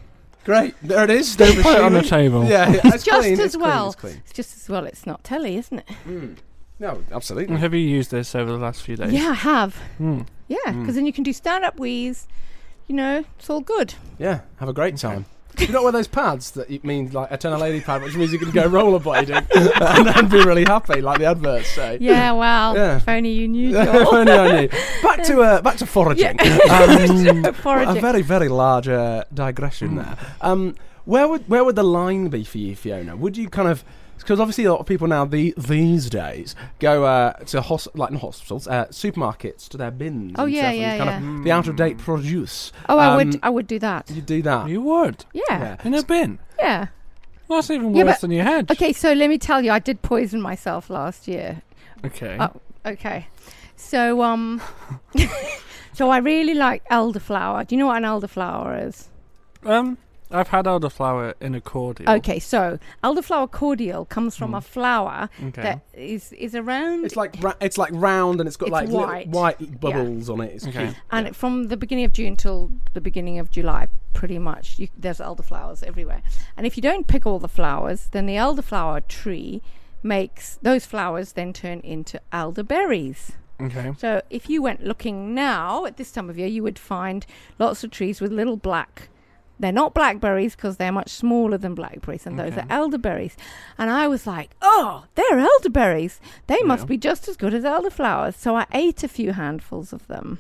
[SPEAKER 2] great. There it is.
[SPEAKER 3] Don't put it on the
[SPEAKER 2] machine.
[SPEAKER 3] table.
[SPEAKER 2] Yeah, yeah, it's
[SPEAKER 4] just
[SPEAKER 2] clean,
[SPEAKER 4] as
[SPEAKER 2] it's clean,
[SPEAKER 4] well.
[SPEAKER 2] it's clean.
[SPEAKER 4] It's just as well. It's not telly, isn't it?
[SPEAKER 2] Mm. No, absolutely.
[SPEAKER 3] Have you used this over the last few days?
[SPEAKER 4] Yeah, I have.
[SPEAKER 3] Hmm.
[SPEAKER 4] Yeah,
[SPEAKER 2] Mm.
[SPEAKER 4] because then you can do stand up wheeze. You know, it's all good.
[SPEAKER 2] Yeah, have a great
[SPEAKER 3] Okay.
[SPEAKER 2] time. You know one of those pads that you mean like a turn a lady pad, which means you can go rollerblading and, and be really happy, like the adverts say.
[SPEAKER 4] Yeah, well,
[SPEAKER 2] Yeah.
[SPEAKER 4] if only you knew.
[SPEAKER 2] if
[SPEAKER 4] Joel.
[SPEAKER 2] only I knew. Back to uh, back to foraging. Um,
[SPEAKER 4] Foraging.
[SPEAKER 2] A very very large uh, digression there. Um, where would where would the line be for you, Fiona? Would you kind of because obviously a lot of people now the, these days go uh, to hos- like not hospitals, uh, supermarkets to their bins.
[SPEAKER 4] Oh,
[SPEAKER 2] and
[SPEAKER 4] yeah,
[SPEAKER 2] stuff and
[SPEAKER 4] yeah,
[SPEAKER 2] kind of
[SPEAKER 3] yeah. Hmm.
[SPEAKER 2] the out of date produce.
[SPEAKER 4] Oh, I would.
[SPEAKER 2] Um,
[SPEAKER 4] I would do that.
[SPEAKER 2] You do that.
[SPEAKER 3] Hmm. You would.
[SPEAKER 4] Yeah.
[SPEAKER 3] In a bin.
[SPEAKER 4] Yeah.
[SPEAKER 3] That's even
[SPEAKER 4] Yeah,
[SPEAKER 3] worse
[SPEAKER 4] but-
[SPEAKER 3] than your head.
[SPEAKER 4] Okay, so let me tell you, I did poison myself last year.
[SPEAKER 3] Okay.
[SPEAKER 4] Oh. Okay. So um so I really like elderflower. Do you know what an elderflower is?
[SPEAKER 3] Um, I've had elderflower in a cordial.
[SPEAKER 4] Okay, so elderflower cordial comes from a
[SPEAKER 3] Mm.
[SPEAKER 4] flower
[SPEAKER 3] Okay.
[SPEAKER 4] that is is around
[SPEAKER 2] Hmm. It's like ra- it's like round and it's got
[SPEAKER 4] It's
[SPEAKER 2] like little
[SPEAKER 4] white.
[SPEAKER 2] white bubbles on it. It's
[SPEAKER 3] Okay.
[SPEAKER 2] cute.
[SPEAKER 4] and
[SPEAKER 2] Yeah.
[SPEAKER 4] it- from the beginning of June till the beginning of July, pretty much, you, there's elderflowers everywhere. And if you don't pick all the flowers, then the elderflower tree makes those flowers then turn into elderberries.
[SPEAKER 3] okay.
[SPEAKER 4] So if you went looking now at this time of year, you would find lots of trees with little black. They're not blackberries because they're much smaller than blackberries, and those
[SPEAKER 3] Okay.
[SPEAKER 4] are elderberries. And I was like, oh, they're elderberries. They
[SPEAKER 3] Yeah.
[SPEAKER 4] must be just as good as elderflowers. So I ate a few handfuls of them.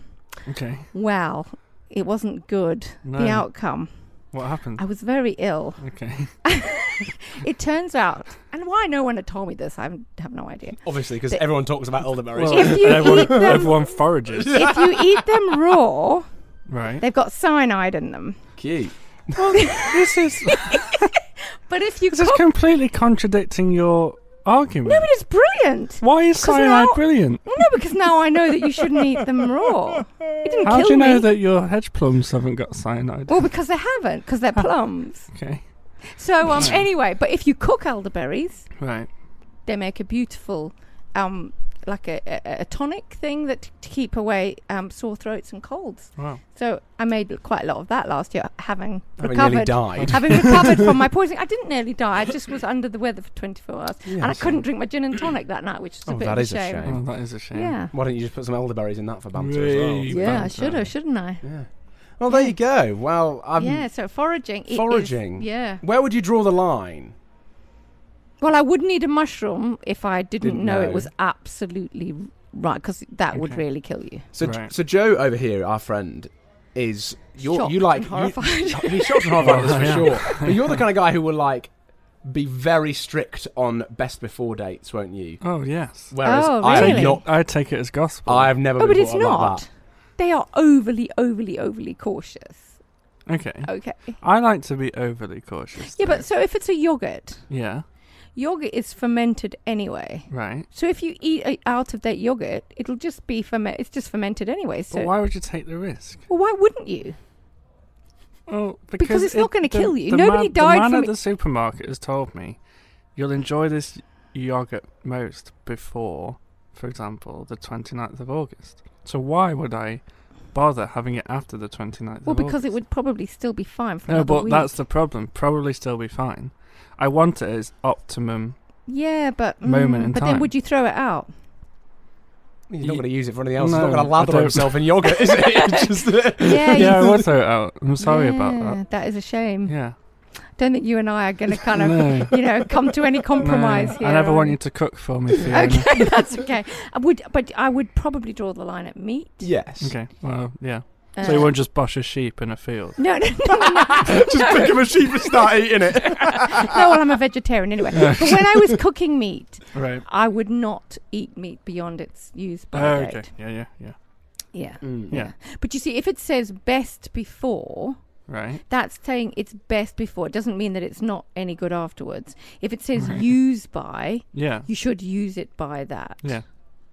[SPEAKER 3] Okay.
[SPEAKER 4] Well, it wasn't good,
[SPEAKER 3] No.
[SPEAKER 4] the outcome.
[SPEAKER 3] What happened?
[SPEAKER 4] I was very ill.
[SPEAKER 3] okay.
[SPEAKER 4] It turns out, and why no one had told me this, I haven't- have no idea.
[SPEAKER 2] Obviously, because
[SPEAKER 4] But-
[SPEAKER 2] everyone talks about elderberries.
[SPEAKER 3] Well,
[SPEAKER 4] If you
[SPEAKER 3] everyone,
[SPEAKER 4] eat them-
[SPEAKER 3] everyone forages.
[SPEAKER 4] if you eat them raw,
[SPEAKER 3] Right.
[SPEAKER 4] they've got cyanide in them.
[SPEAKER 2] cute.
[SPEAKER 3] this is
[SPEAKER 4] But if you
[SPEAKER 3] this is
[SPEAKER 4] cook
[SPEAKER 3] completely contradicting your argument.
[SPEAKER 4] No, but it's brilliant.
[SPEAKER 3] Why is
[SPEAKER 4] 'Cause
[SPEAKER 3] cyanide
[SPEAKER 4] now-
[SPEAKER 3] brilliant?
[SPEAKER 4] No, because now I know that you shouldn't eat them raw. It didn't
[SPEAKER 3] How
[SPEAKER 4] kill
[SPEAKER 3] do you know
[SPEAKER 4] me. Oh.
[SPEAKER 3] that your hedge plums haven't got cyanide?
[SPEAKER 4] Well, because they haven't, because they're plums.
[SPEAKER 3] Okay.
[SPEAKER 4] So um, anyway, but if you cook elderberries,
[SPEAKER 3] Right.
[SPEAKER 4] they make a beautiful, um, like a, a, a tonic thing that to keep away um, sore throats and colds.
[SPEAKER 3] Wow.
[SPEAKER 4] So I made quite a lot of that last year, having,
[SPEAKER 2] Having Oh, nearly
[SPEAKER 4] recovered.
[SPEAKER 2] died.
[SPEAKER 4] Having recovered from my poisoning, I didn't nearly die. I just was under the weather for 24 hours, and I
[SPEAKER 2] Yes.
[SPEAKER 4] couldn't drink my gin and tonic that night, which is a
[SPEAKER 2] Oh,
[SPEAKER 4] bit
[SPEAKER 2] that
[SPEAKER 4] of a
[SPEAKER 2] is a
[SPEAKER 4] shame.
[SPEAKER 2] shame.
[SPEAKER 3] Oh, that is a shame.
[SPEAKER 4] Yeah.
[SPEAKER 2] Why don't you just put some elderberries in that for banter as
[SPEAKER 3] Really?
[SPEAKER 2] well?
[SPEAKER 4] Yeah, I
[SPEAKER 3] banter.
[SPEAKER 4] should have, shouldn't I?
[SPEAKER 2] Yeah. Well, there you go. Well, um,
[SPEAKER 4] yeah, so foraging. it is-
[SPEAKER 2] foraging.
[SPEAKER 4] yeah.
[SPEAKER 2] where would you draw the line?
[SPEAKER 4] Well, I would need a mushroom if I didn't,
[SPEAKER 2] Didn't
[SPEAKER 4] know,
[SPEAKER 2] know.
[SPEAKER 4] it was absolutely right, because that would
[SPEAKER 3] Okay.
[SPEAKER 4] really kill you.
[SPEAKER 2] So,
[SPEAKER 3] Right.
[SPEAKER 2] so Joe over here, our friend, is you're, you
[SPEAKER 4] Shocked
[SPEAKER 2] like
[SPEAKER 4] and horrified.
[SPEAKER 2] You, he's shocked and horrified
[SPEAKER 3] Well,
[SPEAKER 2] that's
[SPEAKER 3] I
[SPEAKER 2] for
[SPEAKER 3] am.
[SPEAKER 2] sure. But you're the kind of guy who will like be very strict on best before dates, won't you?
[SPEAKER 3] Oh yes.
[SPEAKER 2] Whereas
[SPEAKER 4] Oh,
[SPEAKER 2] I am
[SPEAKER 4] really?
[SPEAKER 2] not.
[SPEAKER 3] I take it as gospel.
[SPEAKER 2] I have never.
[SPEAKER 4] Oh,
[SPEAKER 2] been
[SPEAKER 4] but it's
[SPEAKER 2] brought up like
[SPEAKER 4] not. They are overly, overly, overly cautious.
[SPEAKER 3] okay.
[SPEAKER 4] Okay.
[SPEAKER 3] I like to be overly cautious.
[SPEAKER 4] Oh. Yeah,
[SPEAKER 3] though.
[SPEAKER 4] but so if it's a yogurt,
[SPEAKER 3] yeah.
[SPEAKER 4] yogurt is fermented anyway.
[SPEAKER 3] Right.
[SPEAKER 4] So if you eat a out of date yogurt, it'll just be ferment. It's just fermented anyway. So
[SPEAKER 3] But why would you take the risk?
[SPEAKER 4] well, why wouldn't you?
[SPEAKER 3] Well, because,
[SPEAKER 4] Because it's not gonna
[SPEAKER 3] the-
[SPEAKER 4] kill you.
[SPEAKER 3] the
[SPEAKER 4] Nobody
[SPEAKER 3] man,
[SPEAKER 4] died
[SPEAKER 3] The man
[SPEAKER 4] from
[SPEAKER 3] at
[SPEAKER 4] it.
[SPEAKER 3] the supermarket has told me, "You'll enjoy this yogurt most before, for example, the 29th of August." So why would I bother having it after the 29th
[SPEAKER 4] Well,
[SPEAKER 3] of
[SPEAKER 4] because
[SPEAKER 3] August?
[SPEAKER 4] it would probably still be fine for
[SPEAKER 3] No,
[SPEAKER 4] another
[SPEAKER 3] but
[SPEAKER 4] week.
[SPEAKER 3] that's the problem. Probably still be fine. I want it as optimum.
[SPEAKER 4] yeah, but mm,
[SPEAKER 3] moment in
[SPEAKER 4] But then
[SPEAKER 3] time.
[SPEAKER 4] would you throw it out?
[SPEAKER 2] that. He's not
[SPEAKER 3] You-
[SPEAKER 2] going to use it for anything else.
[SPEAKER 3] No,
[SPEAKER 2] He's not going
[SPEAKER 3] I
[SPEAKER 2] to lather
[SPEAKER 3] don't.
[SPEAKER 2] himself in yogurt, is it? It's just-
[SPEAKER 4] Yeah, you-
[SPEAKER 3] yeah, I would throw it out. I'm sorry about that.
[SPEAKER 4] Yeah, That is a shame.
[SPEAKER 3] Yeah.
[SPEAKER 4] Don't think you and I are going to kind of,
[SPEAKER 3] No.
[SPEAKER 4] you know, come to any
[SPEAKER 3] No,
[SPEAKER 4] compromise here.
[SPEAKER 3] I never
[SPEAKER 4] are
[SPEAKER 3] want
[SPEAKER 4] we?
[SPEAKER 3] you to cook for me. Fiona.
[SPEAKER 4] Okay, that's okay. I would, but I would probably draw the line at meat.
[SPEAKER 2] yes.
[SPEAKER 3] Okay. Well, yeah.
[SPEAKER 4] Uh,
[SPEAKER 3] so you won't just bosh a sheep in a field.
[SPEAKER 4] No, no, no, no, no.
[SPEAKER 2] just pick him a sheep and start eating it.
[SPEAKER 4] Well, I'm a vegetarian anyway. But when I was cooking meat,
[SPEAKER 3] Right.
[SPEAKER 4] I would not eat meat beyond its use by
[SPEAKER 3] Oh,
[SPEAKER 4] date.
[SPEAKER 3] okay. Yeah, yeah, yeah.
[SPEAKER 4] Yeah.
[SPEAKER 2] Mm.
[SPEAKER 3] Yeah.
[SPEAKER 4] But you see, if it says best before,
[SPEAKER 3] Right.
[SPEAKER 4] that's saying it's best before. It doesn't mean that it's not any good afterwards. If it says
[SPEAKER 3] Right.
[SPEAKER 4] use by,
[SPEAKER 3] Yeah.
[SPEAKER 4] you should use it by that.
[SPEAKER 3] Yeah.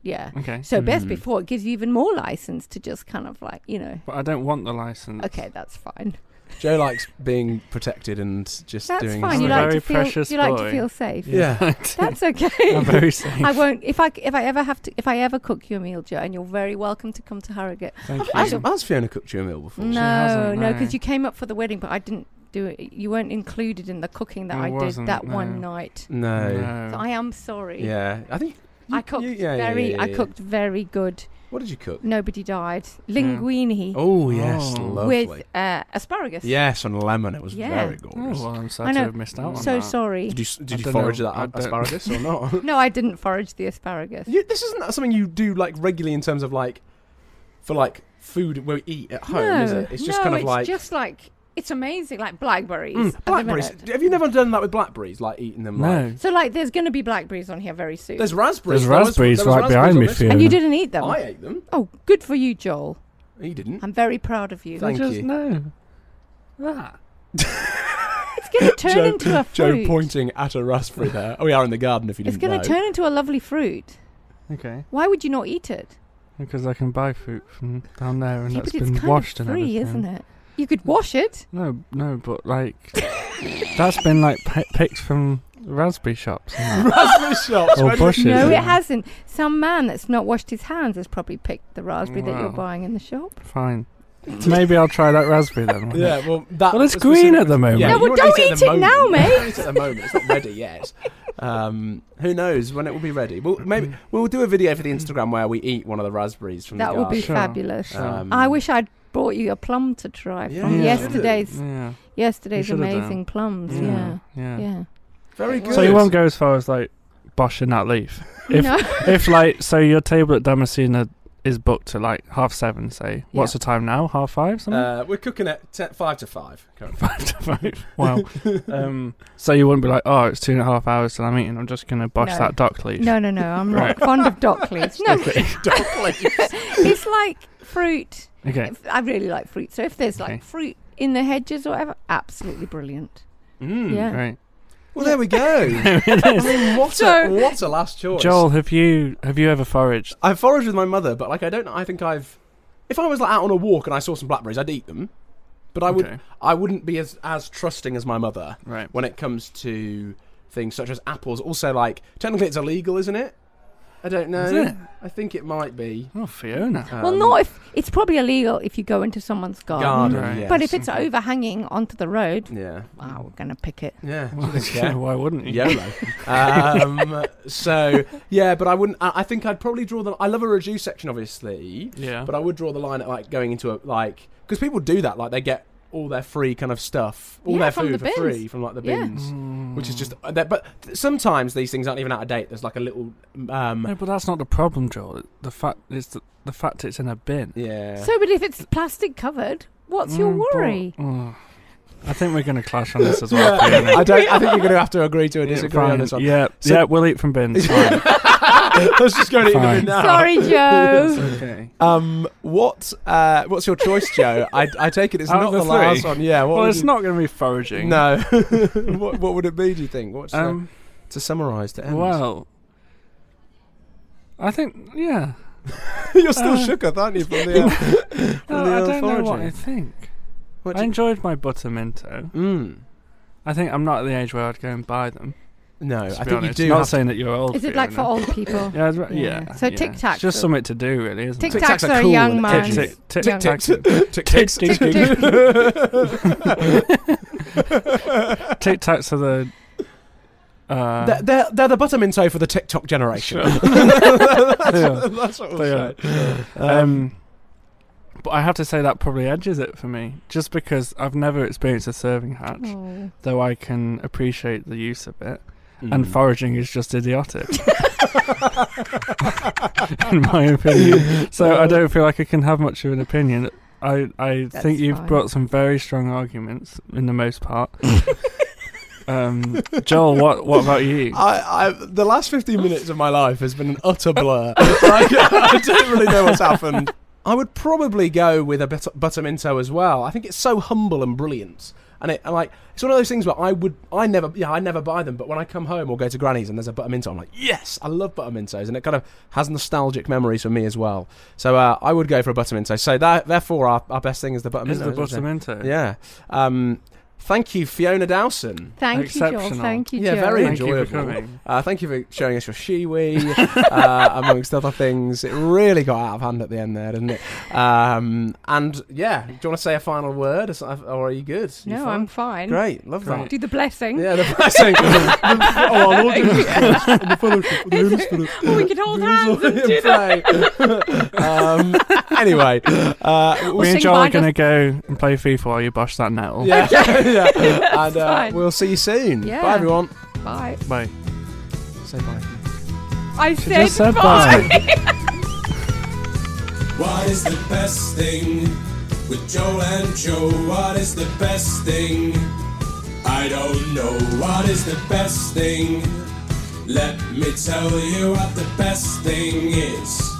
[SPEAKER 4] Yeah.
[SPEAKER 3] Okay.
[SPEAKER 4] So best
[SPEAKER 2] Mm.
[SPEAKER 4] before it gives you even more license to just kind of like you know.
[SPEAKER 3] But I don't want the license.
[SPEAKER 4] Okay, that's fine.
[SPEAKER 2] Joe likes being protected and just
[SPEAKER 4] That's
[SPEAKER 2] doing.
[SPEAKER 4] fine.
[SPEAKER 3] I'm
[SPEAKER 4] You
[SPEAKER 3] a
[SPEAKER 4] like
[SPEAKER 3] very
[SPEAKER 4] to feel.
[SPEAKER 3] precious
[SPEAKER 4] You like
[SPEAKER 3] boy.
[SPEAKER 4] to feel safe.
[SPEAKER 2] Yeah.
[SPEAKER 4] That's okay.
[SPEAKER 3] I'm very safe.
[SPEAKER 4] I won't. If I c- if I ever have to, if I ever cook you a meal, Joe, and you're very welcome to come to Harrogate.
[SPEAKER 3] Thank you.
[SPEAKER 2] Has, has Fiona cooked you a meal before?
[SPEAKER 4] No,
[SPEAKER 3] hasn't,
[SPEAKER 4] no,
[SPEAKER 3] no.
[SPEAKER 4] because you came up for the wedding, but I didn't do it. You weren't included in the cooking that
[SPEAKER 3] I
[SPEAKER 4] I, did
[SPEAKER 3] wasn't,
[SPEAKER 4] that one
[SPEAKER 3] no.
[SPEAKER 4] night.
[SPEAKER 2] No.
[SPEAKER 3] No.
[SPEAKER 4] So I am sorry.
[SPEAKER 2] Yeah. I think.
[SPEAKER 4] I cooked
[SPEAKER 2] you- yeah, yeah,
[SPEAKER 4] very.
[SPEAKER 2] yeah,
[SPEAKER 4] I
[SPEAKER 2] yeah.
[SPEAKER 4] cooked Mm. very good.
[SPEAKER 2] What did you cook?
[SPEAKER 4] Nobody died. Linguine
[SPEAKER 2] Oh yes,
[SPEAKER 3] Oh.
[SPEAKER 2] lovely.
[SPEAKER 4] with uh, asparagus.
[SPEAKER 2] yes, on lemon. It was
[SPEAKER 4] Yeah.
[SPEAKER 2] very
[SPEAKER 3] Oh,
[SPEAKER 2] gorgeous.
[SPEAKER 3] well, I'm sad
[SPEAKER 4] I
[SPEAKER 3] to
[SPEAKER 4] know.
[SPEAKER 3] have missed out on
[SPEAKER 4] So
[SPEAKER 3] that.
[SPEAKER 4] sorry.
[SPEAKER 2] Did you s-
[SPEAKER 3] I
[SPEAKER 2] did you
[SPEAKER 3] don't
[SPEAKER 2] forage
[SPEAKER 3] know.
[SPEAKER 2] that
[SPEAKER 3] I
[SPEAKER 2] a-
[SPEAKER 3] don't-
[SPEAKER 2] asparagus or not?
[SPEAKER 4] No, I didn't forage the asparagus.
[SPEAKER 2] You, this isn't something you do like regularly in terms of like for like food where we eat at home,
[SPEAKER 4] no,
[SPEAKER 2] is it? It's just
[SPEAKER 4] no,
[SPEAKER 2] kind of
[SPEAKER 4] it's
[SPEAKER 2] like
[SPEAKER 4] just like it's amazing, like blackberries.
[SPEAKER 2] Mm,
[SPEAKER 4] at the
[SPEAKER 2] blackberries.
[SPEAKER 4] minute.
[SPEAKER 2] Have you never done that with blackberries? Like eating them? Like,
[SPEAKER 3] No.
[SPEAKER 4] So like, there's going to be blackberries on here very soon.
[SPEAKER 2] there's raspberries.
[SPEAKER 3] There's
[SPEAKER 2] There was-
[SPEAKER 3] raspberries
[SPEAKER 2] there was
[SPEAKER 3] right
[SPEAKER 2] raspberries
[SPEAKER 3] behind
[SPEAKER 2] on
[SPEAKER 3] me,
[SPEAKER 2] this
[SPEAKER 3] Fiona.
[SPEAKER 4] and you
[SPEAKER 3] Yeah.
[SPEAKER 4] didn't eat them.
[SPEAKER 2] one. I ate them.
[SPEAKER 4] Oh, good for you, Joel.
[SPEAKER 2] He didn't.
[SPEAKER 4] I'm very proud of you.
[SPEAKER 2] Thank
[SPEAKER 3] I just
[SPEAKER 2] you.
[SPEAKER 3] know. That.
[SPEAKER 4] It's going to turn
[SPEAKER 2] Joe-
[SPEAKER 4] into a
[SPEAKER 2] Joe
[SPEAKER 4] fruit.
[SPEAKER 2] pointing at a raspberry there. Oh, we are in the garden. If you
[SPEAKER 4] It's
[SPEAKER 2] didn't
[SPEAKER 4] going
[SPEAKER 2] know.
[SPEAKER 4] to turn into a lovely fruit.
[SPEAKER 3] Okay.
[SPEAKER 4] Why would you not eat it?
[SPEAKER 3] Because I can buy fruit from down there and
[SPEAKER 4] yeah,
[SPEAKER 3] that's
[SPEAKER 4] but it's
[SPEAKER 3] been
[SPEAKER 4] kind
[SPEAKER 3] washed
[SPEAKER 4] of
[SPEAKER 3] and
[SPEAKER 4] free,
[SPEAKER 3] everything.
[SPEAKER 4] isn't it? You could wash it.
[SPEAKER 3] No, no, but like that's been like pe- picked from raspberry shops. and that.
[SPEAKER 2] raspberry shops.
[SPEAKER 3] Or
[SPEAKER 2] where did-
[SPEAKER 3] bushes.
[SPEAKER 4] No,
[SPEAKER 3] Yeah.
[SPEAKER 4] it hasn't. Some man that's not washed his hands has probably picked the raspberry that you're
[SPEAKER 3] Wow.
[SPEAKER 4] buying in the shop.
[SPEAKER 3] Fine. Maybe I'll try that raspberry then. won't I?
[SPEAKER 2] Yeah, well, that
[SPEAKER 3] Well, it's
[SPEAKER 2] was
[SPEAKER 3] green
[SPEAKER 2] specific-
[SPEAKER 3] at the moment.
[SPEAKER 2] Yeah,
[SPEAKER 3] No,
[SPEAKER 2] you
[SPEAKER 4] well,
[SPEAKER 2] wouldn't
[SPEAKER 4] don't
[SPEAKER 2] at the
[SPEAKER 4] eat it now,
[SPEAKER 2] moment.
[SPEAKER 4] mate.
[SPEAKER 2] Don't eat it at the moment. It's not ready yet. Um, who knows when it will be ready? Well, maybe we'll do a video for the Instagram where we eat one of the raspberries from
[SPEAKER 4] That
[SPEAKER 2] the
[SPEAKER 4] would
[SPEAKER 2] garden.
[SPEAKER 4] be
[SPEAKER 3] Sure.
[SPEAKER 4] fabulous.
[SPEAKER 3] Sure.
[SPEAKER 2] Um,
[SPEAKER 4] I wish I'd brought you a plum to try
[SPEAKER 2] Yeah,
[SPEAKER 4] from
[SPEAKER 3] Mm. you should've.
[SPEAKER 4] yesterday's
[SPEAKER 3] Yeah.
[SPEAKER 4] yesterday's
[SPEAKER 3] should've done.
[SPEAKER 4] amazing plums. Yeah.
[SPEAKER 3] Yeah.
[SPEAKER 4] Yeah.
[SPEAKER 3] Yeah.
[SPEAKER 2] very good.
[SPEAKER 3] So you won't go as far as like boshing that leaf. If
[SPEAKER 4] no.
[SPEAKER 3] if like so your table at Damascena is booked to like half seven, say. What's the time now? Half five something?
[SPEAKER 2] Uh, we're cooking at te- five to five. currently.
[SPEAKER 3] five to five. Wow. um so you wouldn't be like, Oh, it's two and a half hours till I'm eating, I'm just gonna bosh
[SPEAKER 4] No.
[SPEAKER 3] that dock leaf.
[SPEAKER 4] no, no, no. I'm
[SPEAKER 3] Right.
[SPEAKER 4] not fond of dock leaves. No,
[SPEAKER 2] Dock leaves.
[SPEAKER 4] it's like fruit.
[SPEAKER 3] Okay.
[SPEAKER 4] If- I really like fruit. So if there's
[SPEAKER 3] Okay.
[SPEAKER 4] like fruit in the hedges or whatever, absolutely brilliant.
[SPEAKER 2] Mm.
[SPEAKER 4] Yeah.
[SPEAKER 3] Right.
[SPEAKER 2] Well, there we go. I mean, what a
[SPEAKER 4] So-
[SPEAKER 2] what a last choice.
[SPEAKER 3] Joel, have you have you ever foraged?
[SPEAKER 2] I foraged with my mother, but like I don't. I think I've. If I was like out on a walk and I saw some blackberries, I'd eat them. But I would.
[SPEAKER 3] Okay.
[SPEAKER 2] I wouldn't be as as trusting as my mother.
[SPEAKER 3] Right.
[SPEAKER 2] when it comes to things such as apples. Also, like technically, it's illegal, isn't it? I don't know.
[SPEAKER 3] Is it?
[SPEAKER 2] I think it might be.
[SPEAKER 3] Oh, Fiona.
[SPEAKER 4] well,
[SPEAKER 2] Um,
[SPEAKER 4] not if it's probably illegal if you go into someone's garden.
[SPEAKER 2] garden.
[SPEAKER 3] Right.
[SPEAKER 2] yes.
[SPEAKER 4] But if it's
[SPEAKER 3] Mm-hmm.
[SPEAKER 4] overhanging onto the road,
[SPEAKER 2] yeah,
[SPEAKER 4] wow, we're gonna pick it.
[SPEAKER 2] yeah,
[SPEAKER 3] Well,
[SPEAKER 2] she doesn't
[SPEAKER 3] yeah,
[SPEAKER 2] care.
[SPEAKER 3] why wouldn't you?
[SPEAKER 2] YOLO. um, so yeah, but I wouldn't. I, I think I'd probably draw the. I love a reduced section, obviously,
[SPEAKER 3] Yeah.
[SPEAKER 2] but I would draw the line at like going into a like because people do that. Like they get all their free kind of stuff, all
[SPEAKER 4] Yeah,
[SPEAKER 2] their
[SPEAKER 4] from
[SPEAKER 2] food
[SPEAKER 4] the
[SPEAKER 2] for
[SPEAKER 4] bins.
[SPEAKER 2] free from like the
[SPEAKER 4] Yeah. Mm.
[SPEAKER 2] bins, which is just. uh, But sometimes these things aren't even out of date. There's like a little. Um,
[SPEAKER 3] Mm. No, but that's not the problem, Joel. The fact is that the fact it's in a bin.
[SPEAKER 2] yeah.
[SPEAKER 4] So, but if it's plastic covered, what's your
[SPEAKER 3] Mm, but-
[SPEAKER 4] worry?
[SPEAKER 3] oh. I think we're going to clash on this as well. Fiona.
[SPEAKER 2] I don't. I think you're going to have to agree to a
[SPEAKER 3] Yeah,
[SPEAKER 2] disagree on
[SPEAKER 3] fine.
[SPEAKER 2] this one.
[SPEAKER 3] Yeah,
[SPEAKER 2] So-
[SPEAKER 3] yeah, we'll eat from bins. Fine.
[SPEAKER 2] Let's just go to
[SPEAKER 3] Fine.
[SPEAKER 2] England now.
[SPEAKER 4] Sorry, Joe.
[SPEAKER 3] okay.
[SPEAKER 2] Um, what? Uh, what's your choice, Joe? I, I take it it's
[SPEAKER 3] Out
[SPEAKER 2] not
[SPEAKER 3] of
[SPEAKER 2] the,
[SPEAKER 3] the three?
[SPEAKER 2] last one. Yeah. What
[SPEAKER 3] Well,
[SPEAKER 2] would
[SPEAKER 3] it's
[SPEAKER 2] you-
[SPEAKER 3] not going to be foraging.
[SPEAKER 2] No. what, what would it be? Do you think? What's the-
[SPEAKER 3] Um.
[SPEAKER 2] to summarise? To end.
[SPEAKER 3] Well, I think yeah.
[SPEAKER 2] you're still
[SPEAKER 3] uh,
[SPEAKER 2] shook up, aren't you? From the, uh,
[SPEAKER 3] No,
[SPEAKER 2] from the
[SPEAKER 3] I
[SPEAKER 2] uh,
[SPEAKER 3] don't know what I
[SPEAKER 2] foraging?
[SPEAKER 3] think.
[SPEAKER 2] What do
[SPEAKER 3] I
[SPEAKER 2] you-
[SPEAKER 3] enjoyed my butter minto.
[SPEAKER 2] Mm.
[SPEAKER 3] I think I'm not at the age where I'd go and buy them.
[SPEAKER 2] No, I
[SPEAKER 3] to be
[SPEAKER 2] think
[SPEAKER 3] honest.
[SPEAKER 2] you do.
[SPEAKER 3] Not
[SPEAKER 2] have to-
[SPEAKER 3] saying that you're old.
[SPEAKER 4] Is it like for
[SPEAKER 3] Fiona.
[SPEAKER 4] old people?
[SPEAKER 3] Yeah, I'd ra- yeah.
[SPEAKER 4] Yeah. So
[SPEAKER 3] yeah.
[SPEAKER 4] Tic
[SPEAKER 3] It's
[SPEAKER 4] Tacs
[SPEAKER 3] just
[SPEAKER 4] are-
[SPEAKER 3] something to do, really, isn't
[SPEAKER 4] Tic
[SPEAKER 3] it?
[SPEAKER 2] Tic-tacs
[SPEAKER 4] Tacs
[SPEAKER 2] are
[SPEAKER 4] are
[SPEAKER 2] cool
[SPEAKER 4] a young
[SPEAKER 2] and
[SPEAKER 4] man.
[SPEAKER 2] edgy.
[SPEAKER 3] Tic Tic
[SPEAKER 2] Tic
[SPEAKER 3] Tacs.
[SPEAKER 2] Tacs. Tic Tacs.
[SPEAKER 3] Tic
[SPEAKER 4] Tic
[SPEAKER 3] Tacs.
[SPEAKER 4] Tacs.
[SPEAKER 3] Tic Tacs are the. Uh,
[SPEAKER 2] They're, they're, they're the butterminto for the TikTok generation.
[SPEAKER 3] Sure.
[SPEAKER 2] That's what we'll
[SPEAKER 3] They
[SPEAKER 2] say.
[SPEAKER 3] are. um, but I have to say that probably edges it for me, just because I've never experienced a serving hatch,
[SPEAKER 4] Oh.
[SPEAKER 3] though I can appreciate the use of it. And
[SPEAKER 2] Mm.
[SPEAKER 3] foraging is just idiotic, in my opinion. So I don't feel like I can have much of an opinion. I I think
[SPEAKER 4] That's
[SPEAKER 3] you've
[SPEAKER 4] fine.
[SPEAKER 3] brought some very strong arguments in the most part. um, Joel, what what about you?
[SPEAKER 4] Oh,
[SPEAKER 2] I, I, the last 15 minutes of my life has been an utter blur. Like, I don't really know what's happened. I would probably go with a butter, Butterminto as well. I think it's so humble and brilliant. And it, I'm like, it's one of those things where I would, I never, yeah, I never buy them. But when I come home or go to Granny's and there's a butterminto, I'm like, yes, I love buttermintos, and it kind of has nostalgic memories for me as well. So uh, I would go for a butterminto. So that, therefore, our, our best thing is the butterminto.
[SPEAKER 3] Is the
[SPEAKER 2] isn't it?
[SPEAKER 3] Bustamento?
[SPEAKER 2] Yeah. Um, thank you, Fiona Dowson.
[SPEAKER 4] Thank you, Joel.
[SPEAKER 3] Exceptional.
[SPEAKER 4] Thank you,
[SPEAKER 2] Yeah,
[SPEAKER 4] Joel.
[SPEAKER 2] very
[SPEAKER 3] Thank you for
[SPEAKER 2] enjoyable.
[SPEAKER 3] coming.
[SPEAKER 2] Uh, thank you for showing us your shiwi, uh, amongst other things. It really got out of hand at the end there, didn't it? Um, and yeah, do you want to say a final word, or so- or are you good? You
[SPEAKER 4] No,
[SPEAKER 2] fine?
[SPEAKER 4] I'm fine.
[SPEAKER 2] great. Love
[SPEAKER 3] Great.
[SPEAKER 2] that.
[SPEAKER 4] Do the blessing.
[SPEAKER 2] Yeah, the blessing.
[SPEAKER 5] oh, our Lord Jesus Christ, and the fellowship of the Holy Spirit.
[SPEAKER 4] Or Oh, we could hold hands and do that.
[SPEAKER 2] Pray. um, anyway, uh,
[SPEAKER 3] We
[SPEAKER 4] Sing
[SPEAKER 3] and Joel are
[SPEAKER 4] by
[SPEAKER 3] going to go and play FIFA while you bash that nettle.
[SPEAKER 2] yeah, yeah. and uh,
[SPEAKER 4] fine.
[SPEAKER 2] we'll see you soon.
[SPEAKER 4] Yeah.
[SPEAKER 2] Bye, everyone.
[SPEAKER 4] Bye.
[SPEAKER 3] Bye.
[SPEAKER 2] Say bye.
[SPEAKER 4] I
[SPEAKER 3] She
[SPEAKER 4] said,
[SPEAKER 3] just said
[SPEAKER 4] bye.
[SPEAKER 3] bye.
[SPEAKER 1] What is the best thing with Joel and Joe? What is the best thing? I don't know. What is the best thing? Let me tell you what the best thing is.